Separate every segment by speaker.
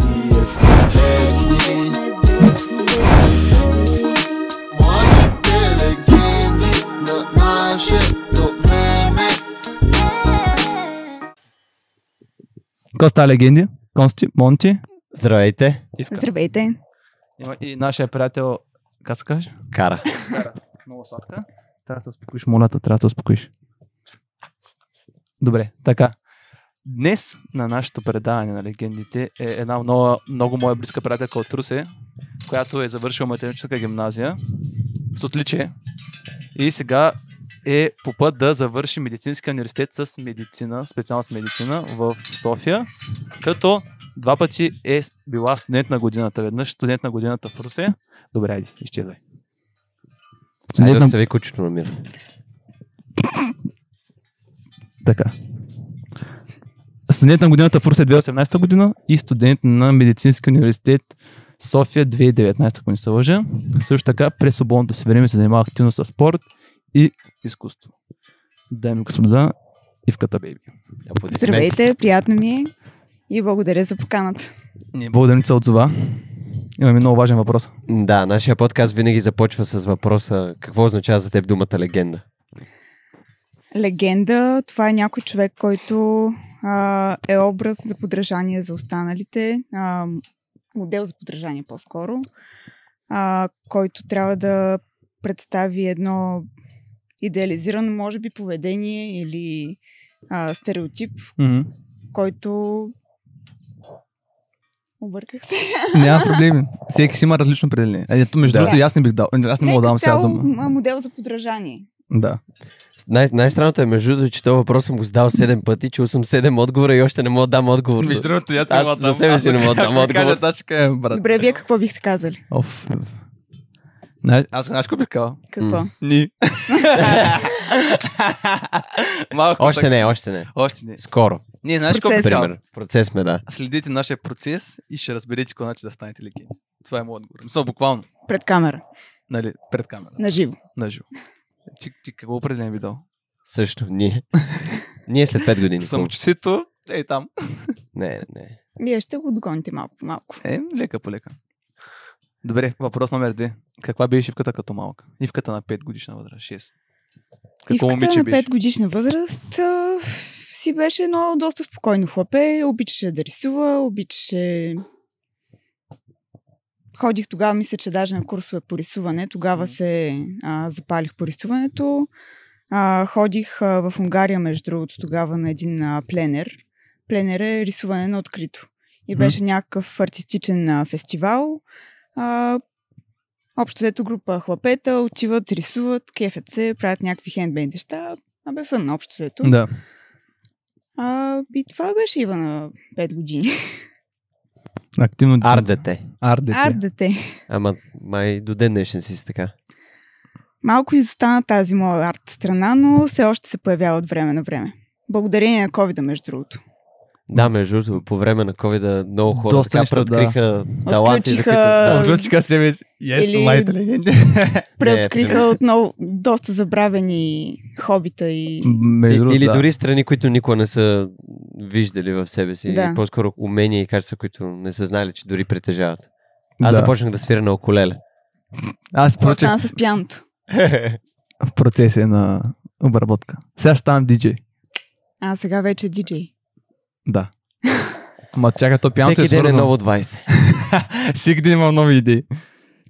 Speaker 1: Wiecznie, wiecznie Młode legendy na nasze domy
Speaker 2: Коста Легенди, Консти, Монти
Speaker 3: Здравейте,
Speaker 4: Здравейте.
Speaker 2: Има и нашия приятел, как се каже?
Speaker 3: Кара.
Speaker 2: Много сладка. Трябва да се успокоиш, молята, трябва да се успокоиш. Добре, така. Днес на нашето предаване на легендите е една много, много моя близка приятелка от Русе, която е завършила математическа гимназия с отличие и сега е по път да завърши медицинския университет с медицина, специалност медицина в София, като два пъти е била студент на годината. Веднъж студент на годината в Русе. Добре, айди, изчезай.
Speaker 3: Айде
Speaker 2: на-
Speaker 3: остави кучето на мир.
Speaker 2: Така. Студент на годината в Русе 2018 година и студент на Медицински университет София 2019, ако не се лъжа. Също така през свободното си време се занимава активно с спорт и изкуство. Дами и господа, Ивката Бейби.
Speaker 3: Аплодисменти.
Speaker 4: Здравейте, приятно ми е и благодаря за поканата.
Speaker 2: Ние благодарим, че се отзова. Имаме много важен въпрос.
Speaker 3: Да, нашия подкаст винаги започва с въпроса какво означава за теб думата легенда?
Speaker 4: Легенда, това е някой човек, който а, е образ за подражание за останалите, а, модел за подражание по-скоро, а, който трябва да представи едно идеализирано, може би, поведение или а, стереотип,
Speaker 2: Mm-hmm.
Speaker 4: който... Обърках се.
Speaker 2: Няма проблеми. Всеки си има различно определение. Е, Ето, между
Speaker 3: Да.
Speaker 2: другото, и аз не бих дал. Аз не мога да давам сега
Speaker 4: Нека цяло,
Speaker 2: дума.
Speaker 4: м, модел за подражание.
Speaker 2: Да.
Speaker 3: Най- най-странното е между другото, че този въпрос съм го задал 7 пъти, чул съм 7 отговора и още не мога да дам отговор.
Speaker 2: другото,
Speaker 3: не Аз мога да за дам. себе си Аз не мога да ако дам ми отговор. кажат,
Speaker 2: аз ще кажа, е брат.
Speaker 4: Добре, вие какво бихте казали?
Speaker 2: Оф. Знаеш, аз знаеш какво бих казал?
Speaker 4: Какво?
Speaker 2: Ни. Малко
Speaker 3: Още
Speaker 2: така.
Speaker 3: не, още не.
Speaker 2: Още не.
Speaker 3: Скоро,
Speaker 2: Не, знаеш какво бих
Speaker 4: Процес.
Speaker 2: казал?
Speaker 3: пример. Процес сме, да.
Speaker 2: Следите нашия процес и ще разберете кога начин да станете легенди. Това е моят отговор. Мисля, буквално,
Speaker 4: Пред камера,
Speaker 2: нали, пред камера,
Speaker 4: на живо.
Speaker 2: на живо. Ти, ти какво определен е би дал?
Speaker 3: Също, ние. ние след 5 години.
Speaker 2: Самочувствието, ей там.
Speaker 3: Не, не, не.
Speaker 4: Вие ще го догоните малко по малко.
Speaker 2: Е, лека по лека. Добре, въпрос номер две. Каква беше ивката като малка? Ивката на 5 годишна възраст, 6. Какво
Speaker 4: Ивката
Speaker 2: момиче
Speaker 4: на
Speaker 2: беше?
Speaker 4: 5 годишна възраст а, си беше едно доста спокойно хлапе. Обичаше да рисува, обичаше... Ходих тогава, мисля, че даже на курсове по рисуване. Тогава
Speaker 2: Мгм.
Speaker 4: се а, запалих по рисуването. А, ходих а, в Унгария, между другото, тогава на един а, пленер. Пленер е рисуване на открито. И
Speaker 2: Мгм.
Speaker 4: беше някакъв артистичен а, фестивал. А, общо дето група хлапета отиват, рисуват, кефят се, правят някакви хендмейд неща. Абе фън, общо дето.
Speaker 2: Да.
Speaker 4: А, и това беше Ива на 5 години.
Speaker 2: Активно
Speaker 3: Арт дете.
Speaker 2: Ардете.
Speaker 4: Арт дете.
Speaker 3: Ама май до ден днешен си си така.
Speaker 4: Малко изостана тази моя арт страна, но все още се появява от време на време. Благодарение на COVID, между другото.
Speaker 3: Да, между другото, по време на covid много хора
Speaker 2: Доста
Speaker 3: така
Speaker 2: неща, да.
Speaker 3: преоткриха таланти, за
Speaker 4: Отключиха-
Speaker 3: които... Да.
Speaker 2: Отключиха себе си. Yes,
Speaker 4: Или-
Speaker 2: light legend.
Speaker 4: Преоткриха
Speaker 3: примерно.
Speaker 4: отново доста забравени хобита и...
Speaker 3: И-
Speaker 2: Между
Speaker 3: Или дори страни, които никога не са виждали в себе си.
Speaker 4: Да.
Speaker 3: И по-скоро умения и качества, които не са знали, че дори притежават. Аз започнах да свиря на околеле.
Speaker 2: Аз прочех
Speaker 4: Остана с пианото.
Speaker 2: в процеса на обработка. Сега ще ставам диджей.
Speaker 4: А сега вече е диджей.
Speaker 2: Да. Ма чакай, то пианото
Speaker 3: Всеки
Speaker 2: е
Speaker 3: ден е
Speaker 2: свързано.
Speaker 3: ново 20.
Speaker 2: Всеки ден имам нови идеи.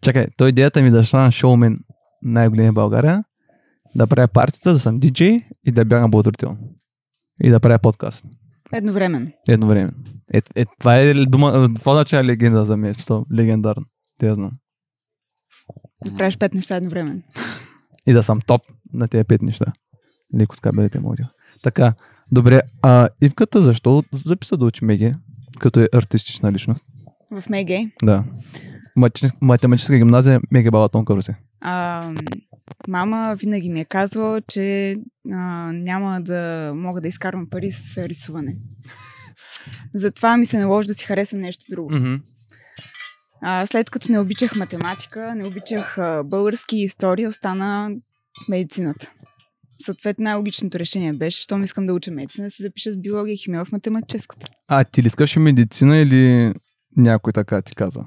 Speaker 2: Чакай, то идеята ми е да стана шоумен най-големия в България, да правя партията, да съм диджей и да бягам благотворително. И да правя подкаст.
Speaker 4: Едновременно.
Speaker 2: Едно време. Е, е, това е ли дума, е, това означава легенда за мен, смисъл, легендарно. Те я знам.
Speaker 4: Да правиш пет неща едновременно.
Speaker 2: И да съм топ на тези пет неща. Леко с кабелите му отива. Така, добре, а Ивката защо записа да учи Меги, като е артистична личност?
Speaker 4: В Меге
Speaker 2: Да. Математическа, математическа гимназия Меги Балатонка Русе.
Speaker 4: А, мама винаги ми е казвала, че а, няма да мога да изкарвам пари с рисуване. Затова ми се наложи да си харесам нещо друго.
Speaker 2: Mm-hmm.
Speaker 4: А, след като не обичах математика, не обичах а, български и история, остана медицината. Съответно, най-логичното решение беше, щом искам да уча медицина, да се запиша с биология и химия в математическата.
Speaker 2: А ти ли искаш и медицина или някой така ти каза?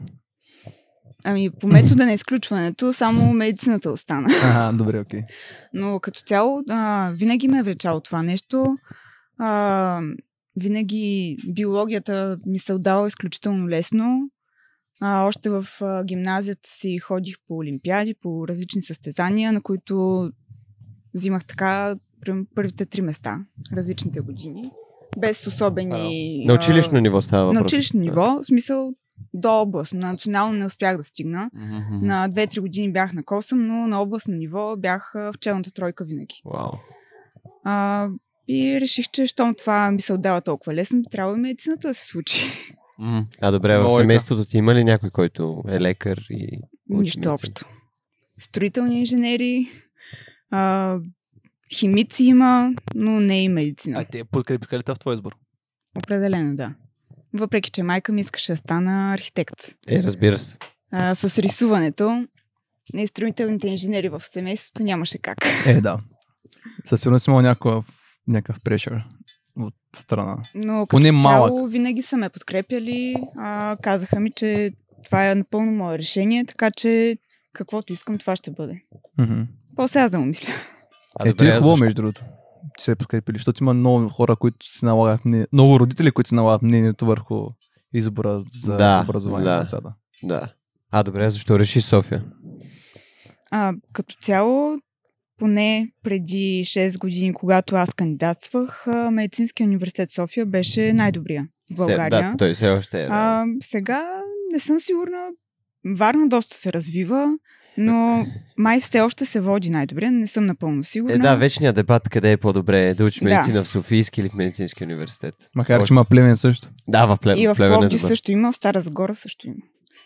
Speaker 4: Ами по метода на изключването само медицината остана.
Speaker 2: Ага, добре, окей.
Speaker 4: Но като цяло а, винаги ме е влечало това нещо. А, винаги биологията ми се отдала изключително лесно. А, още в а, гимназията си ходих по олимпиади, по различни състезания, на които взимах така примерно, първите три места, различните години. Без особени...
Speaker 3: На
Speaker 4: а,
Speaker 3: училищно ниво става въпрос.
Speaker 4: на училищно ниво, в смисъл до областно. На национално не успях да стигна.
Speaker 3: Мгм.
Speaker 4: На 2-3 години бях на косъм, но на областно ниво бях а, в челната тройка винаги.
Speaker 3: Вау.
Speaker 4: А, и реших, че щом това ми се отдава толкова лесно, би трябвало и медицината да се случи.
Speaker 3: М, А добре, в
Speaker 2: Логика.
Speaker 3: семейството ти има ли някой, който е лекар и... учи
Speaker 4: Нищо
Speaker 3: медицина?
Speaker 4: общо. Строителни инженери, а, химици има, но не и медицина.
Speaker 5: А те подкрепиха ли те в твой избор?
Speaker 4: Определено да. Въпреки, че майка ми искаше да стана архитект.
Speaker 3: Е, разбира се.
Speaker 4: а, с рисуването. И строителните инженери в семейството нямаше как.
Speaker 2: Е, да. Със сигурност има някакъв, някакъв прешър от страна.
Speaker 4: Но като
Speaker 5: Поне малък.
Speaker 4: цяло винаги са ме подкрепяли. А, казаха ми, че това е напълно мое решение, така че каквото искам, това ще бъде.
Speaker 2: Мгм.
Speaker 4: После аз да му мисля.
Speaker 3: А
Speaker 2: Ето и
Speaker 3: а
Speaker 2: е хубаво,
Speaker 3: защо-
Speaker 2: между другото, че се е подкрепили, защото има много хора, които си налагат мнение, много родители, които си налагат мнението върху избора за
Speaker 3: Да,
Speaker 2: образование
Speaker 3: да.
Speaker 2: на децата.
Speaker 3: Да. А добре, а защо реши София?
Speaker 4: А, като цяло, поне преди 6 години, когато аз кандидатствах, а, Медицинския университет София беше най-добрия в България.
Speaker 3: Се, да, той все още е. да.
Speaker 4: А, сега не съм сигурна. Варна доста се развива, но май все още се води най-добре. Не съм напълно сигурна.
Speaker 3: Е, да, вечният дебат къде е по-добре да учиш
Speaker 4: Да.
Speaker 3: медицина в Софийски или в Медицински университет.
Speaker 2: Макар, че има племен също.
Speaker 3: Да, в племен.
Speaker 4: и в
Speaker 3: племен е
Speaker 4: Пловдив
Speaker 3: добър.
Speaker 4: също има, в Стара Загора също има.
Speaker 2: но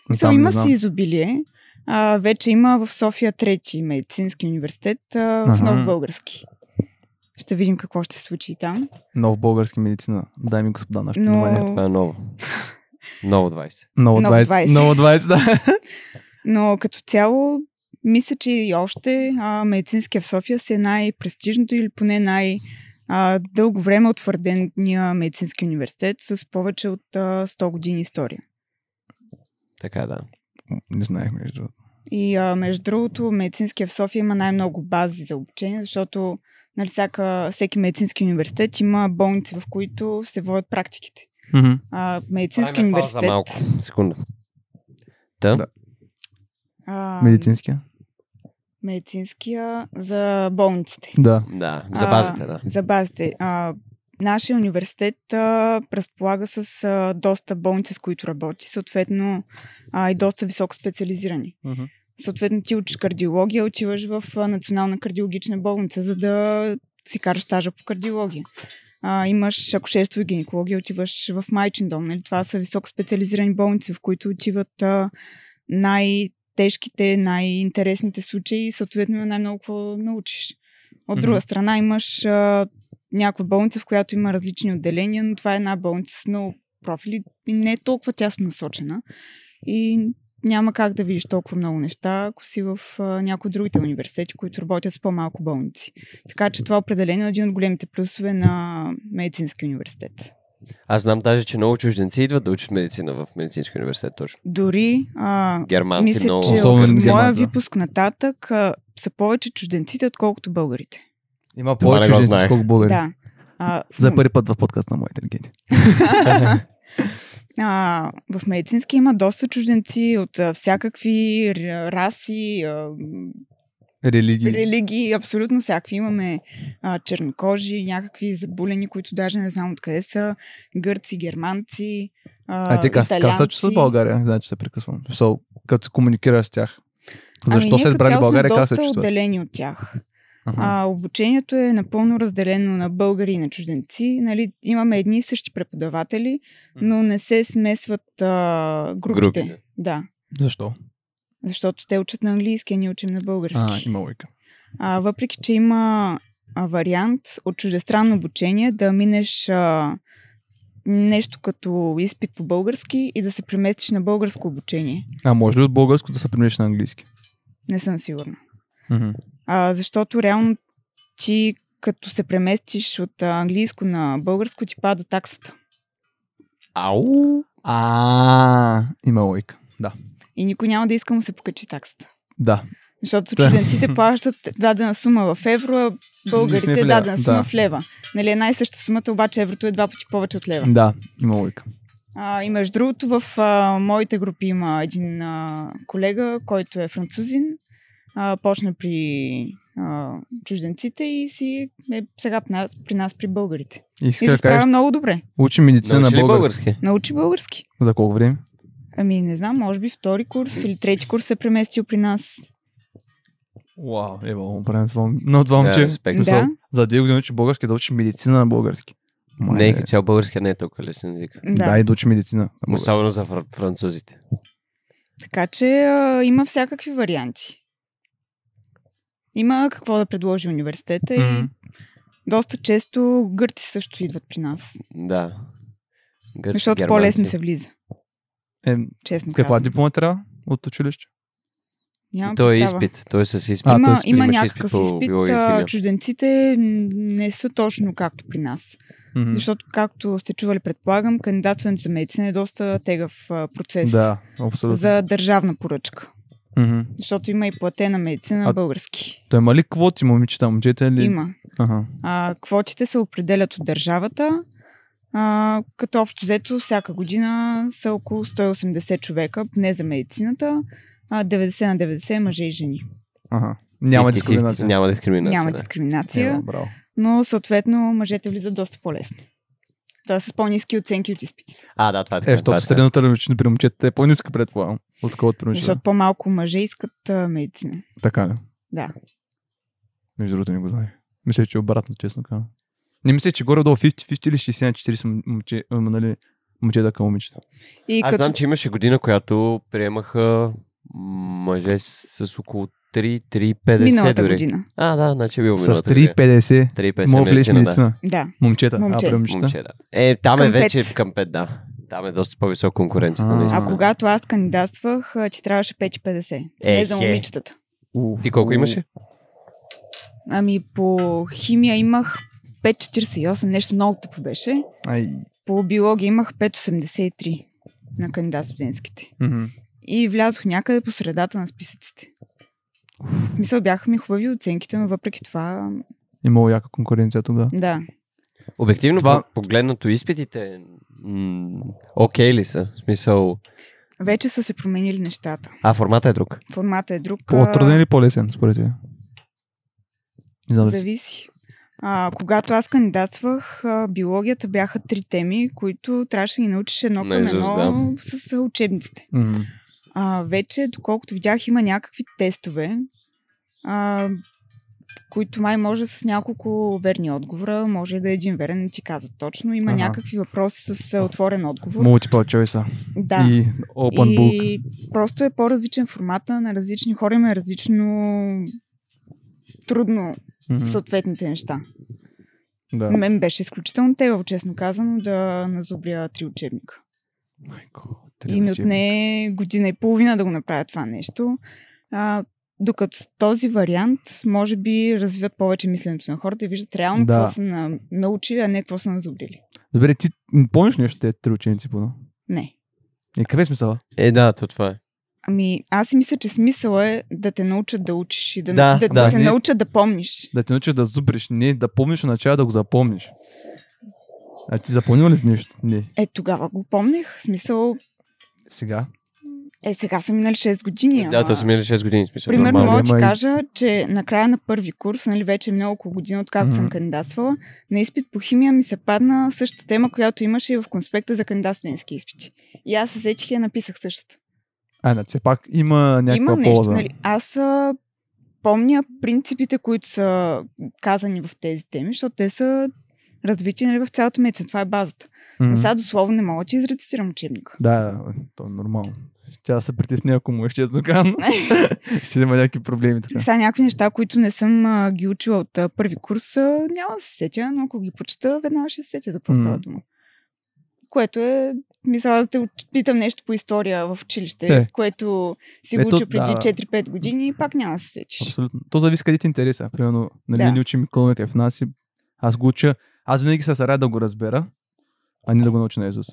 Speaker 4: Мисъл,
Speaker 2: там не
Speaker 4: има
Speaker 2: знам.
Speaker 4: си изобилие. А, вече има в София трети медицински университет, а, в
Speaker 2: Аха.
Speaker 4: Нов Български. Ще видим какво ще се случи и там.
Speaker 2: Нов български медицина. Дай ми господа, нашето
Speaker 4: Но
Speaker 2: внимание.
Speaker 3: Това е ново. Ново 20.
Speaker 2: Много
Speaker 4: Много
Speaker 2: 20.
Speaker 4: 20.
Speaker 2: Много 20, да.
Speaker 4: Но като цяло, мисля, че и още а, медицинския в София си е най-престижното или поне най- а, дълго време утвърдения медицински университет с повече от а, 100 години история.
Speaker 3: Така да.
Speaker 2: Не знаех, между другото.
Speaker 4: И а, между другото, медицинския в София има най-много бази за обучение, защото нали, всяка, всеки медицински университет има болници, в които се водят практиките.
Speaker 2: Мгм.
Speaker 4: А, медицински
Speaker 3: Правим пауза
Speaker 4: университет...
Speaker 3: малко. Секунда. Та?
Speaker 2: Да.
Speaker 4: А,
Speaker 2: Медицинския?
Speaker 4: медицинския за болниците.
Speaker 2: Да.
Speaker 3: Да, за базата, да.
Speaker 4: За базите. А, нашия университет а, разполага с а, доста болници, с които работи, съответно а, и доста високо специализирани.
Speaker 5: Мгм.
Speaker 4: Съответно ти учиш кардиология, отиваш в а, Национална кардиологична болница, за да си караш стажа по кардиология. А, имаш акушерство и гинекология, отиваш в майчин дом. Нали? Това са високо специализирани болници, в които отиват а, най-тежките, най-интересните случаи и съответно има най-много какво научиш. От друга
Speaker 5: Мгм.
Speaker 4: страна имаш а, някаква болница, в която има различни отделения, но това е една болница с много профили и не е толкова тясно насочена. И няма как да видиш толкова много неща, ако си в а, някои от другите университети, които работят с по-малко болници. Така че това определено е един от големите плюсове на медицински университет.
Speaker 3: Аз знам даже, че много чужденци идват да учат медицина в Медицински университет точно.
Speaker 4: Дори а,
Speaker 3: Германци
Speaker 4: мисля,
Speaker 3: много.
Speaker 4: че
Speaker 2: Особено
Speaker 4: от моя
Speaker 2: германци, да.
Speaker 4: випуск нататък а, са повече чужденците, отколкото българите.
Speaker 2: Има
Speaker 3: Това не
Speaker 2: повече
Speaker 3: го
Speaker 2: жени,
Speaker 3: знаех.
Speaker 2: колко българи.
Speaker 4: Да. А, в
Speaker 2: За
Speaker 4: мом-
Speaker 2: първи път в подкаст на моите легенди.
Speaker 4: а, в медицински има доста чужденци от а, всякакви р- раси, а,
Speaker 2: Религии.
Speaker 4: религии, абсолютно всякакви. Имаме а, чернокожи, някакви забулени, които даже не знам откъде са, гърци, германци, а,
Speaker 2: А те как как са че с
Speaker 4: италианци.
Speaker 2: България? Значи се прекъсвам. So, като се комуникираш с тях. Защо
Speaker 4: Ами ние
Speaker 2: са
Speaker 4: като
Speaker 2: избрали
Speaker 4: цяло сме
Speaker 2: България? Как се
Speaker 4: доста
Speaker 2: чувстват?
Speaker 4: отделени от тях.
Speaker 2: Аха.
Speaker 4: А, обучението е напълно разделено на българи и на чужденци. Нали, имаме едни и същи преподаватели, но не се смесват а, групите.
Speaker 3: Групите.
Speaker 4: Да,
Speaker 2: Защо?
Speaker 4: защото те учат на английски, а ние учим на български.
Speaker 2: А, има логика.
Speaker 4: А, въпреки, че има а, вариант от чуждестранно обучение да минеш а, нещо като изпит по български и да се преместиш на българско обучение.
Speaker 2: А може ли от българско да се преминеш на английски?
Speaker 4: Не съм сигурна.
Speaker 2: Мгм.
Speaker 4: А, защото реално ти като се преместиш от а, английско на българско ти пада таксата.
Speaker 3: Ау!
Speaker 2: А, има логика. Да.
Speaker 4: И никой няма да иска му се покачи таксата.
Speaker 2: Да.
Speaker 4: Защото
Speaker 2: Да.
Speaker 4: чужденците плащат дадена сума в евро, а
Speaker 2: сме в
Speaker 4: българите
Speaker 2: лева,
Speaker 4: дадена сума
Speaker 2: да.
Speaker 4: в лева. Нали, една и съща сумата, обаче еврото е два пъти повече от лева.
Speaker 2: Да, има логика.
Speaker 4: А, и между другото, в а, моите групи има един а, колега, който е французин. А, почна при а, чужденците и си е сега при нас, при, нас, при българите.
Speaker 2: И
Speaker 4: И
Speaker 2: иска
Speaker 4: се
Speaker 2: да
Speaker 4: справя
Speaker 2: кажеш,
Speaker 4: много добре.
Speaker 2: учи медицина на
Speaker 3: Научи ли
Speaker 2: български.
Speaker 3: български?
Speaker 4: Научи български.
Speaker 2: За колко време?
Speaker 4: Ами, не знам, може би втори курс или трети курс се е преместил при нас.
Speaker 2: Вау, ева, му правим това. Но това
Speaker 3: Да,
Speaker 2: момче.
Speaker 3: респект.
Speaker 2: в смисъл,
Speaker 4: Да.
Speaker 2: За две години учи български, да учи медицина на български. Май,
Speaker 3: Не, като цял българския не е толкова лесен език.
Speaker 4: Да.
Speaker 2: Да, и да учи медицина. на български.
Speaker 3: Особено за фр- французите.
Speaker 4: Така че а, има всякакви варианти. Има какво да предложи университета и
Speaker 2: Мгм.
Speaker 4: доста често гърци също идват при нас.
Speaker 3: Да. Гърци,
Speaker 4: Защото
Speaker 3: германци.
Speaker 4: по-лесно се влиза,
Speaker 2: Е,
Speaker 4: честно
Speaker 2: каква
Speaker 4: казвам.
Speaker 2: диплома трябва от училище?
Speaker 4: Нямам
Speaker 3: Той е
Speaker 4: представа.
Speaker 3: изпит. Той е с изпит.
Speaker 2: А,
Speaker 4: има,
Speaker 2: тоест,
Speaker 4: има
Speaker 3: имаш
Speaker 4: някакъв
Speaker 3: изпит по
Speaker 4: изпит.
Speaker 3: биология и
Speaker 4: а,
Speaker 3: химия.
Speaker 4: чужденците м, не са точно както при нас.
Speaker 2: Мгм.
Speaker 4: Защото, както сте чували, предполагам, кандидатстването за медицина е доста тегав а, процес
Speaker 2: Да, абсолютно.
Speaker 4: за държавна поръчка.
Speaker 2: Мгм.
Speaker 4: Защото има и платена медицина на
Speaker 2: А-
Speaker 4: български.
Speaker 2: Той има ли квоти, момичета, момчета или?
Speaker 4: Има.
Speaker 2: Ага.
Speaker 4: А, квотите се определят от държавата, а, като общо взето всяка година са около 180 човека, не за медицината, а 90 на 90 мъже и жени.
Speaker 2: ага. Няма
Speaker 3: 50-50,
Speaker 2: дискриминация.
Speaker 3: Няма дискриминация.
Speaker 4: Няма
Speaker 3: да.
Speaker 4: дискриминация,
Speaker 2: Ева, браво.
Speaker 4: но съответно мъжете влизат доста по-лесно. Тоест с по-низки оценки от изпитите.
Speaker 3: А, да, това е така. това
Speaker 2: Е, защото
Speaker 3: е така.
Speaker 2: средната величина при момчетата е по-ниска, предполагам, отколкото при момчетата.
Speaker 4: Защото по-малко мъже искат а, медицина.
Speaker 2: Така ли?
Speaker 4: Да.
Speaker 2: Между другото не го знае. Мисля, че е обратно, честно казвам. Не мисля, че горе-долу 50-50 или 60-40 м- момче, м, нали, момчета към момичета.
Speaker 4: И
Speaker 3: Аз
Speaker 4: като...
Speaker 3: знам, че имаше година, която приемаха мъже с, с около 3-3,50
Speaker 4: Миналата
Speaker 3: дори.
Speaker 4: година.
Speaker 3: А, да, значи е било
Speaker 2: С
Speaker 3: миналата година.
Speaker 2: 3,50
Speaker 3: 3,50
Speaker 2: мога влезеш в
Speaker 3: медицина, да.
Speaker 2: медицина.
Speaker 4: Да.
Speaker 2: Момчета,
Speaker 4: Момче.
Speaker 2: а при момчета.
Speaker 3: Момче, да. Е, там е
Speaker 4: Към пет.
Speaker 3: вече към 5, да. Там е доста по-висока конкуренцията,
Speaker 2: А.
Speaker 4: А
Speaker 3: наистина.
Speaker 4: когато аз кандидатствах, а, ти трябваше 5,50. не
Speaker 3: Е,
Speaker 4: за
Speaker 3: е.
Speaker 4: момичетата.
Speaker 2: У,
Speaker 3: Ти колко
Speaker 2: у,
Speaker 3: имаше?
Speaker 4: Ами по химия имах 5,48, нещо много тъпо беше.
Speaker 2: Ай.
Speaker 4: По биология имах 5,83 на кандидат студентските.
Speaker 2: мгм.
Speaker 4: И влязох някъде по средата на списъците. Мисля, бяха ми хубави оценките, но въпреки това,
Speaker 2: Имало яка конкуренция тогава.
Speaker 4: да.
Speaker 3: Обективно
Speaker 2: Това-
Speaker 3: това... погледнато изпитите, м, окей ли са? В смисъл,
Speaker 4: Вече са се променили нещата.
Speaker 3: а формата е друг.
Speaker 4: Формата е друг. а,
Speaker 2: По-труден е? или по-лесен, според те? Не знам. дали си-
Speaker 4: Зависи. А, когато аз кандидатствах, а, биологията бяха три теми, които трябваше да ги научиш едно към
Speaker 3: Наизуст,
Speaker 4: едно с учебниците.
Speaker 2: Мгм.
Speaker 4: А, вече, доколкото видях, има някакви тестове, а, които май може с няколко верни отговора, може да е един верен, не ти казват точно. Има
Speaker 2: Ага.
Speaker 4: някакви въпроси с а, отворен отговор.
Speaker 2: Multiple choice
Speaker 4: да.
Speaker 2: и open book.
Speaker 4: и просто е по-различен формата на различни хора, има различно трудно
Speaker 2: Мгм.
Speaker 4: съответните неща.
Speaker 2: Да.
Speaker 4: На мен беше изключително тегаво, честно казано, да назубря три учебника.
Speaker 2: Майко,
Speaker 4: и
Speaker 2: трябва
Speaker 4: ми
Speaker 2: че-
Speaker 4: отне година и половина да го направя това нещо. А, докато с този вариант, може би, развиват повече мисленето на хората и виждат реално
Speaker 2: Да.
Speaker 4: какво са на... научили, а не какво са назубрили.
Speaker 2: Добре, ти м, помниш ли нещо от тези три ученици, поне?
Speaker 4: Не.
Speaker 2: И какъв е смисъл?
Speaker 3: Е, да, то това е.
Speaker 4: Ами, аз си мисля, че смисъл е да те научат да учиш и да,
Speaker 3: Да,
Speaker 4: да, да,
Speaker 3: да.
Speaker 4: те
Speaker 2: Не-
Speaker 4: научат да помниш.
Speaker 2: Да те научиш да зубриш, не да помниш начало да го запомниш. А ти запомнил ли си нещо? Не.
Speaker 4: Е, тогава го помнех. В Смисъл,
Speaker 2: Сега.
Speaker 4: е, сега са минали 6 години.
Speaker 3: Да,
Speaker 4: ама-
Speaker 3: то са минали 6 години, в смисъл.
Speaker 4: Примерно
Speaker 2: нормално,
Speaker 4: мога да ти
Speaker 2: ама и-
Speaker 4: кажа, че на края на първи курс, нали, вече е минало около година, откакто съм
Speaker 2: Мгм.
Speaker 4: кандидатствала, на изпит по химия ми се падна същата тема, която имаше и в конспекта за кандидат студентски изпити. И аз се сетих и я написах същата.
Speaker 2: А, значи, все пак има някаква
Speaker 4: Има нещо,
Speaker 2: полза.
Speaker 4: нали? Аз а, помня принципите, които са казани в тези теми, защото те са развити нали, в цялата медицина. Това е базата.
Speaker 2: Мгм.
Speaker 4: Но сега дословно не мога да ти изрецитирам учебника.
Speaker 2: Да, да, то е нормално. Тя да се притесни, ако му е честно казано. Ще има някакви проблеми така.
Speaker 4: Сега някакви неща, които не съм а, ги учила от а, първи курс, а, няма да се сетя, но ако ги прочета, веднага ще се сетя за какво
Speaker 2: Мгм.
Speaker 4: става дума. Което е, мисля, аз да те уч- питам нещо по история в училище,
Speaker 2: Е.
Speaker 4: което си
Speaker 2: Ето,
Speaker 4: го уча преди
Speaker 2: да, да.
Speaker 4: 4-5 години и пак няма да се сетиш.
Speaker 2: Абсолютно. То зависи къде ти е интереса. Примерно, нали,
Speaker 4: Да.
Speaker 2: да. ни учим економика в нас. и Аз го уча. Аз винаги се старая да го разбера. а не да го научи на Езус.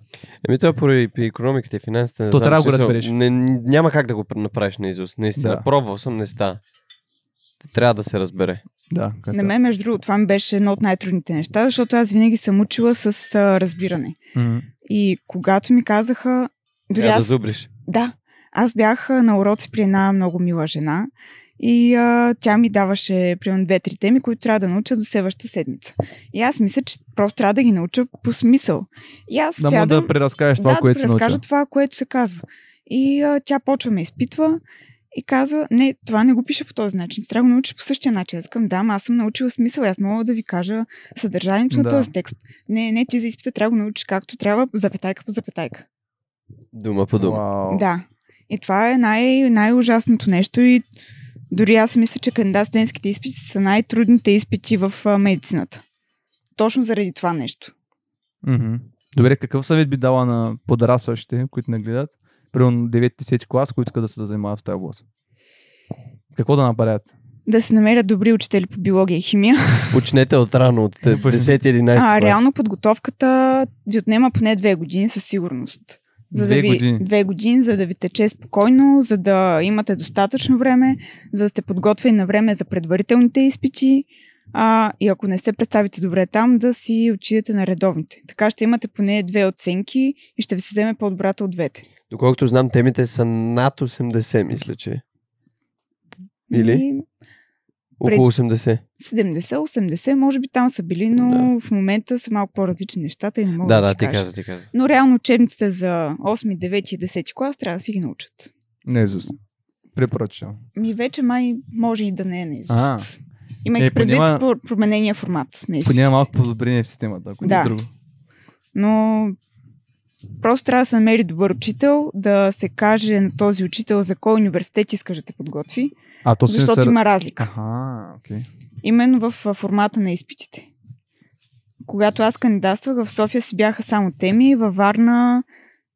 Speaker 3: Еми това поради при економиката и финансите. Не
Speaker 2: То
Speaker 3: знам,
Speaker 2: трябва да го
Speaker 3: в смисъл,
Speaker 2: разбереш.
Speaker 3: Не, няма как да го пр- направиш на изуст. Наистина.
Speaker 2: Да.
Speaker 3: Да. Пробвал съм, не става. Трябва да се разбере.
Speaker 2: Да, е как
Speaker 4: На мен, между другото, това ми беше едно от най-трудните неща, защото аз винаги съм учила с а, разбиране.
Speaker 2: М,
Speaker 4: И когато ми казаха, дори
Speaker 2: Е,
Speaker 3: Трябва да
Speaker 4: аз
Speaker 3: зубриш.
Speaker 4: Да. Аз бях а, на уроци при една много мила жена и а, тя ми даваше примерно две-три теми, които трябва да науча до следващата седмица. И аз мисля, че просто трябва да ги науча по смисъл. И аз
Speaker 2: Да мога
Speaker 4: сядам,
Speaker 2: да преразкажеш това,
Speaker 4: да,
Speaker 2: което
Speaker 4: да
Speaker 2: си научил.
Speaker 4: разкажа това, което се казва. И а, тя почва ме изпитва и казва, не, това не го пише по този начин, трябва да го научиш по същия начин. Аз казвам, да, ама аз съм научила смисъл, аз мога да ви кажа съдържанието
Speaker 2: Да.
Speaker 4: на този текст. Не, не, ти за изпита трябва да го научиш както трябва, запетайка по запетайка.
Speaker 3: Дума по дума.
Speaker 2: Вау.
Speaker 4: Да. И това е най- най-ужасното нещо и дори аз мисля, че кандидат студентските изпити са най-трудните изпити в а, медицината. Точно заради това нещо.
Speaker 2: Мгм. Добре, какъв съвет би дала на подрастващите, които не гледат, примерно 9-10 клас, които искат да се занимават в тази област? Какво да направят?
Speaker 4: Да се намерят добри учители по биология и химия.
Speaker 3: Почнете от рано, от те-
Speaker 2: Почнете.
Speaker 3: 10-11
Speaker 4: А,
Speaker 3: клас.
Speaker 4: реално подготовката ви отнема поне две години със сигурност. За
Speaker 2: Две
Speaker 4: да ви,
Speaker 2: години.
Speaker 4: Две години, за да ви тече спокойно, за да имате достатъчно време, за да сте подготвени на време за предварителните изпити. А, и ако не се представите добре там, да си отидете на редовните. Така ще имате поне две оценки и ще ви се вземе по-добрата от двете.
Speaker 3: Доколкото знам, темите са над 80, мисля, че. Или?
Speaker 4: И
Speaker 3: Около 80.
Speaker 4: 70-80, може би там са били, но в момента са малко по-различни нещата и не мога
Speaker 3: Да,
Speaker 4: да,
Speaker 3: да,
Speaker 4: ти
Speaker 3: ти
Speaker 4: кажа.
Speaker 3: кажа, ти кажа.
Speaker 4: Но реално учебниците за 8, 9 и 10 клас трябва да си ги научат.
Speaker 2: Не, Езус. Препоръчвам.
Speaker 4: Ми вече май може и да не е на изуст.
Speaker 2: А,
Speaker 4: Имайки
Speaker 2: Е,
Speaker 4: е, предвид
Speaker 2: понима-
Speaker 4: по- променения формат. е На изпитите.
Speaker 2: поне има малко подобрение в системата, ако не
Speaker 4: Да.
Speaker 2: е друго.
Speaker 4: Но просто трябва да се намери добър учител, да се каже на този учител за кой университет искаш да те подготви,
Speaker 2: А то е си не
Speaker 4: защото
Speaker 2: се...
Speaker 4: има разлика.
Speaker 2: Аха, окей.
Speaker 4: Именно в а, формата на изпитите. Когато аз кандидатствах в София си бяха само теми, във Варна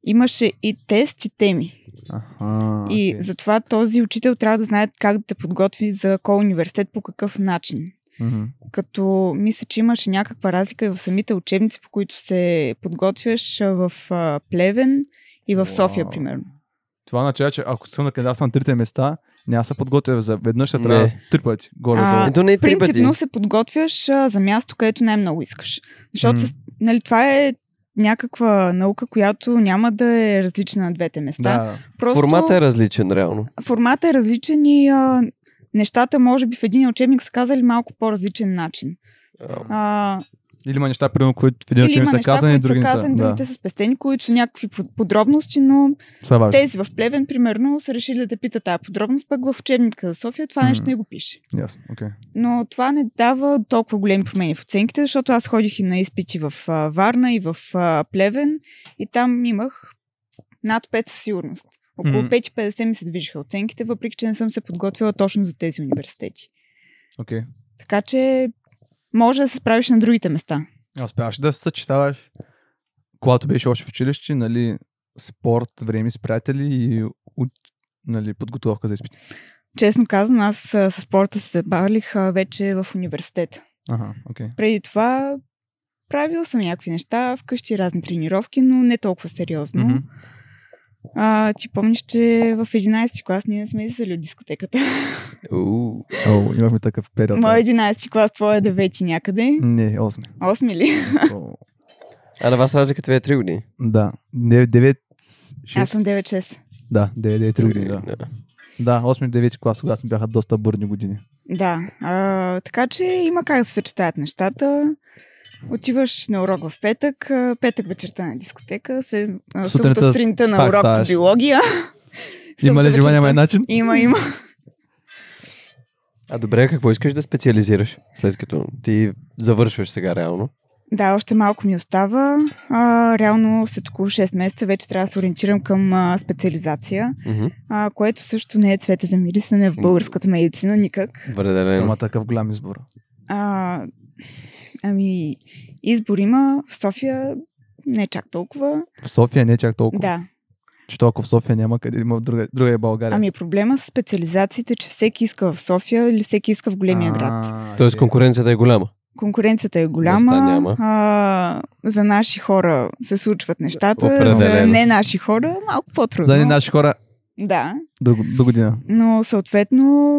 Speaker 4: имаше и тест, и теми.
Speaker 2: Аха,
Speaker 4: И
Speaker 2: окей.
Speaker 4: затова този учител трябва да знае как да те подготви за кой университет, по какъв начин.
Speaker 2: Мгм.
Speaker 4: Като мисля, че имаше някаква разлика и в самите учебници, по които се подготвяш а, в а, Плевен и в София,
Speaker 2: Уау.
Speaker 4: примерно.
Speaker 2: Това означава, че ако съм на кандидатствам на трите места, няма да се подготвя за веднъж, ще трябва
Speaker 3: Не.
Speaker 2: три пъти. Горе,
Speaker 4: А,
Speaker 2: долу.
Speaker 3: Ето не е три пъти.
Speaker 4: Принципно се подготвяш а, за място, където най-много искаш.
Speaker 2: М.
Speaker 4: Защото с- нали, това е някаква наука, която няма да е различна на двете места.
Speaker 2: Да.
Speaker 4: Просто
Speaker 3: Формата е различен, реално.
Speaker 4: формата е различен и а, нещата, може би, в един учебник са казали малко по-различен начин. А,
Speaker 2: Или има неща, примерно, които в един
Speaker 4: Или
Speaker 2: учебник
Speaker 4: има
Speaker 2: са
Speaker 4: неща,
Speaker 2: казани,
Speaker 4: които
Speaker 2: други
Speaker 4: са
Speaker 2: не
Speaker 4: казани,
Speaker 2: са. Да,
Speaker 4: другите са спестени, които са някакви под- подробности, но
Speaker 2: са важни.
Speaker 4: тези в Плевен, примерно, са решили да те питат тази подробност, пък в учебника за София това
Speaker 2: Мгм.
Speaker 4: нещо не го пише.
Speaker 2: Ясно, окей.
Speaker 4: Но това не дава толкова големи промени в оценките, защото аз ходих и на изпити в а, Варна и в а, Плевен и там имах над 5 със сигурност. Около
Speaker 2: Мгм.
Speaker 4: 5,50 ми се движиха оценките, въпреки че не съм се подготвила точно за тези университети.
Speaker 2: Окей.
Speaker 4: Така че може да се справиш на другите места.
Speaker 2: А успяваш да се съчетаваш, когато беше още в училище, нали, спорт, време с приятели и уч... нали, подготовка за изпити.
Speaker 4: Честно казано, аз а, със спорта се забавих а, вече в университета.
Speaker 2: Ага, окей.
Speaker 4: Преди това правил съм някакви неща, вкъщи разни тренировки, но не толкова сериозно.
Speaker 2: Мгм.
Speaker 4: Mm-hmm. А, ти помниш, че в 11 клас ние сме излизали от дискотеката.
Speaker 3: Уу.
Speaker 2: О, имахме такъв период. да.
Speaker 4: Моя 11 клас, твоя 9 някъде.
Speaker 2: Не, 8.
Speaker 4: 8 ли?
Speaker 3: А на вас разликата ви е 3 години.
Speaker 2: да. 9, 9 6.
Speaker 4: Аз съм 9-6.
Speaker 2: Да, 9, 9, 3 години, да. Да, 8-9 клас, тогава бяха доста бърни години.
Speaker 4: Да. А, така че има как да се съчетаят нещата. Отиваш на урок в петък, а, петък вечерта на дискотека, се, а,
Speaker 2: Сутринта
Speaker 4: събота сутринта на
Speaker 2: пак
Speaker 4: урок
Speaker 2: ставаш.
Speaker 4: по биология.
Speaker 2: Има ли
Speaker 4: Събота
Speaker 2: желание, има и
Speaker 4: вечерта-
Speaker 2: начин?
Speaker 4: Има, има.
Speaker 3: А добре, какво искаш да специализираш, след като ти завършваш сега реално?
Speaker 4: Да, още малко ми остава. А, реално след около 6 месеца вече трябва да се ориентирам към а, специализация,
Speaker 3: Мгм.
Speaker 4: а, което също не е цвете за мирисане в българската медицина никак.
Speaker 3: Определено.
Speaker 2: Има такъв голям избор.
Speaker 4: А, ами, избор има в София не чак толкова.
Speaker 2: В София не чак толкова.
Speaker 4: Да.
Speaker 2: Що ако в София няма къде, има в друга, друга е България.
Speaker 4: Ами проблема с специализациите е, че всеки иска в София или всеки иска в големия
Speaker 2: А,
Speaker 4: град.
Speaker 2: окей.
Speaker 3: Тоест конкуренцията е голяма.
Speaker 4: конкуренцията е голяма.
Speaker 3: Места няма.
Speaker 4: А, за наши хора се случват нещата. За
Speaker 3: Определено.
Speaker 4: не наши хора малко по-трудно.
Speaker 2: За едни наши хора
Speaker 4: Да.
Speaker 2: до, до година.
Speaker 4: Но съответно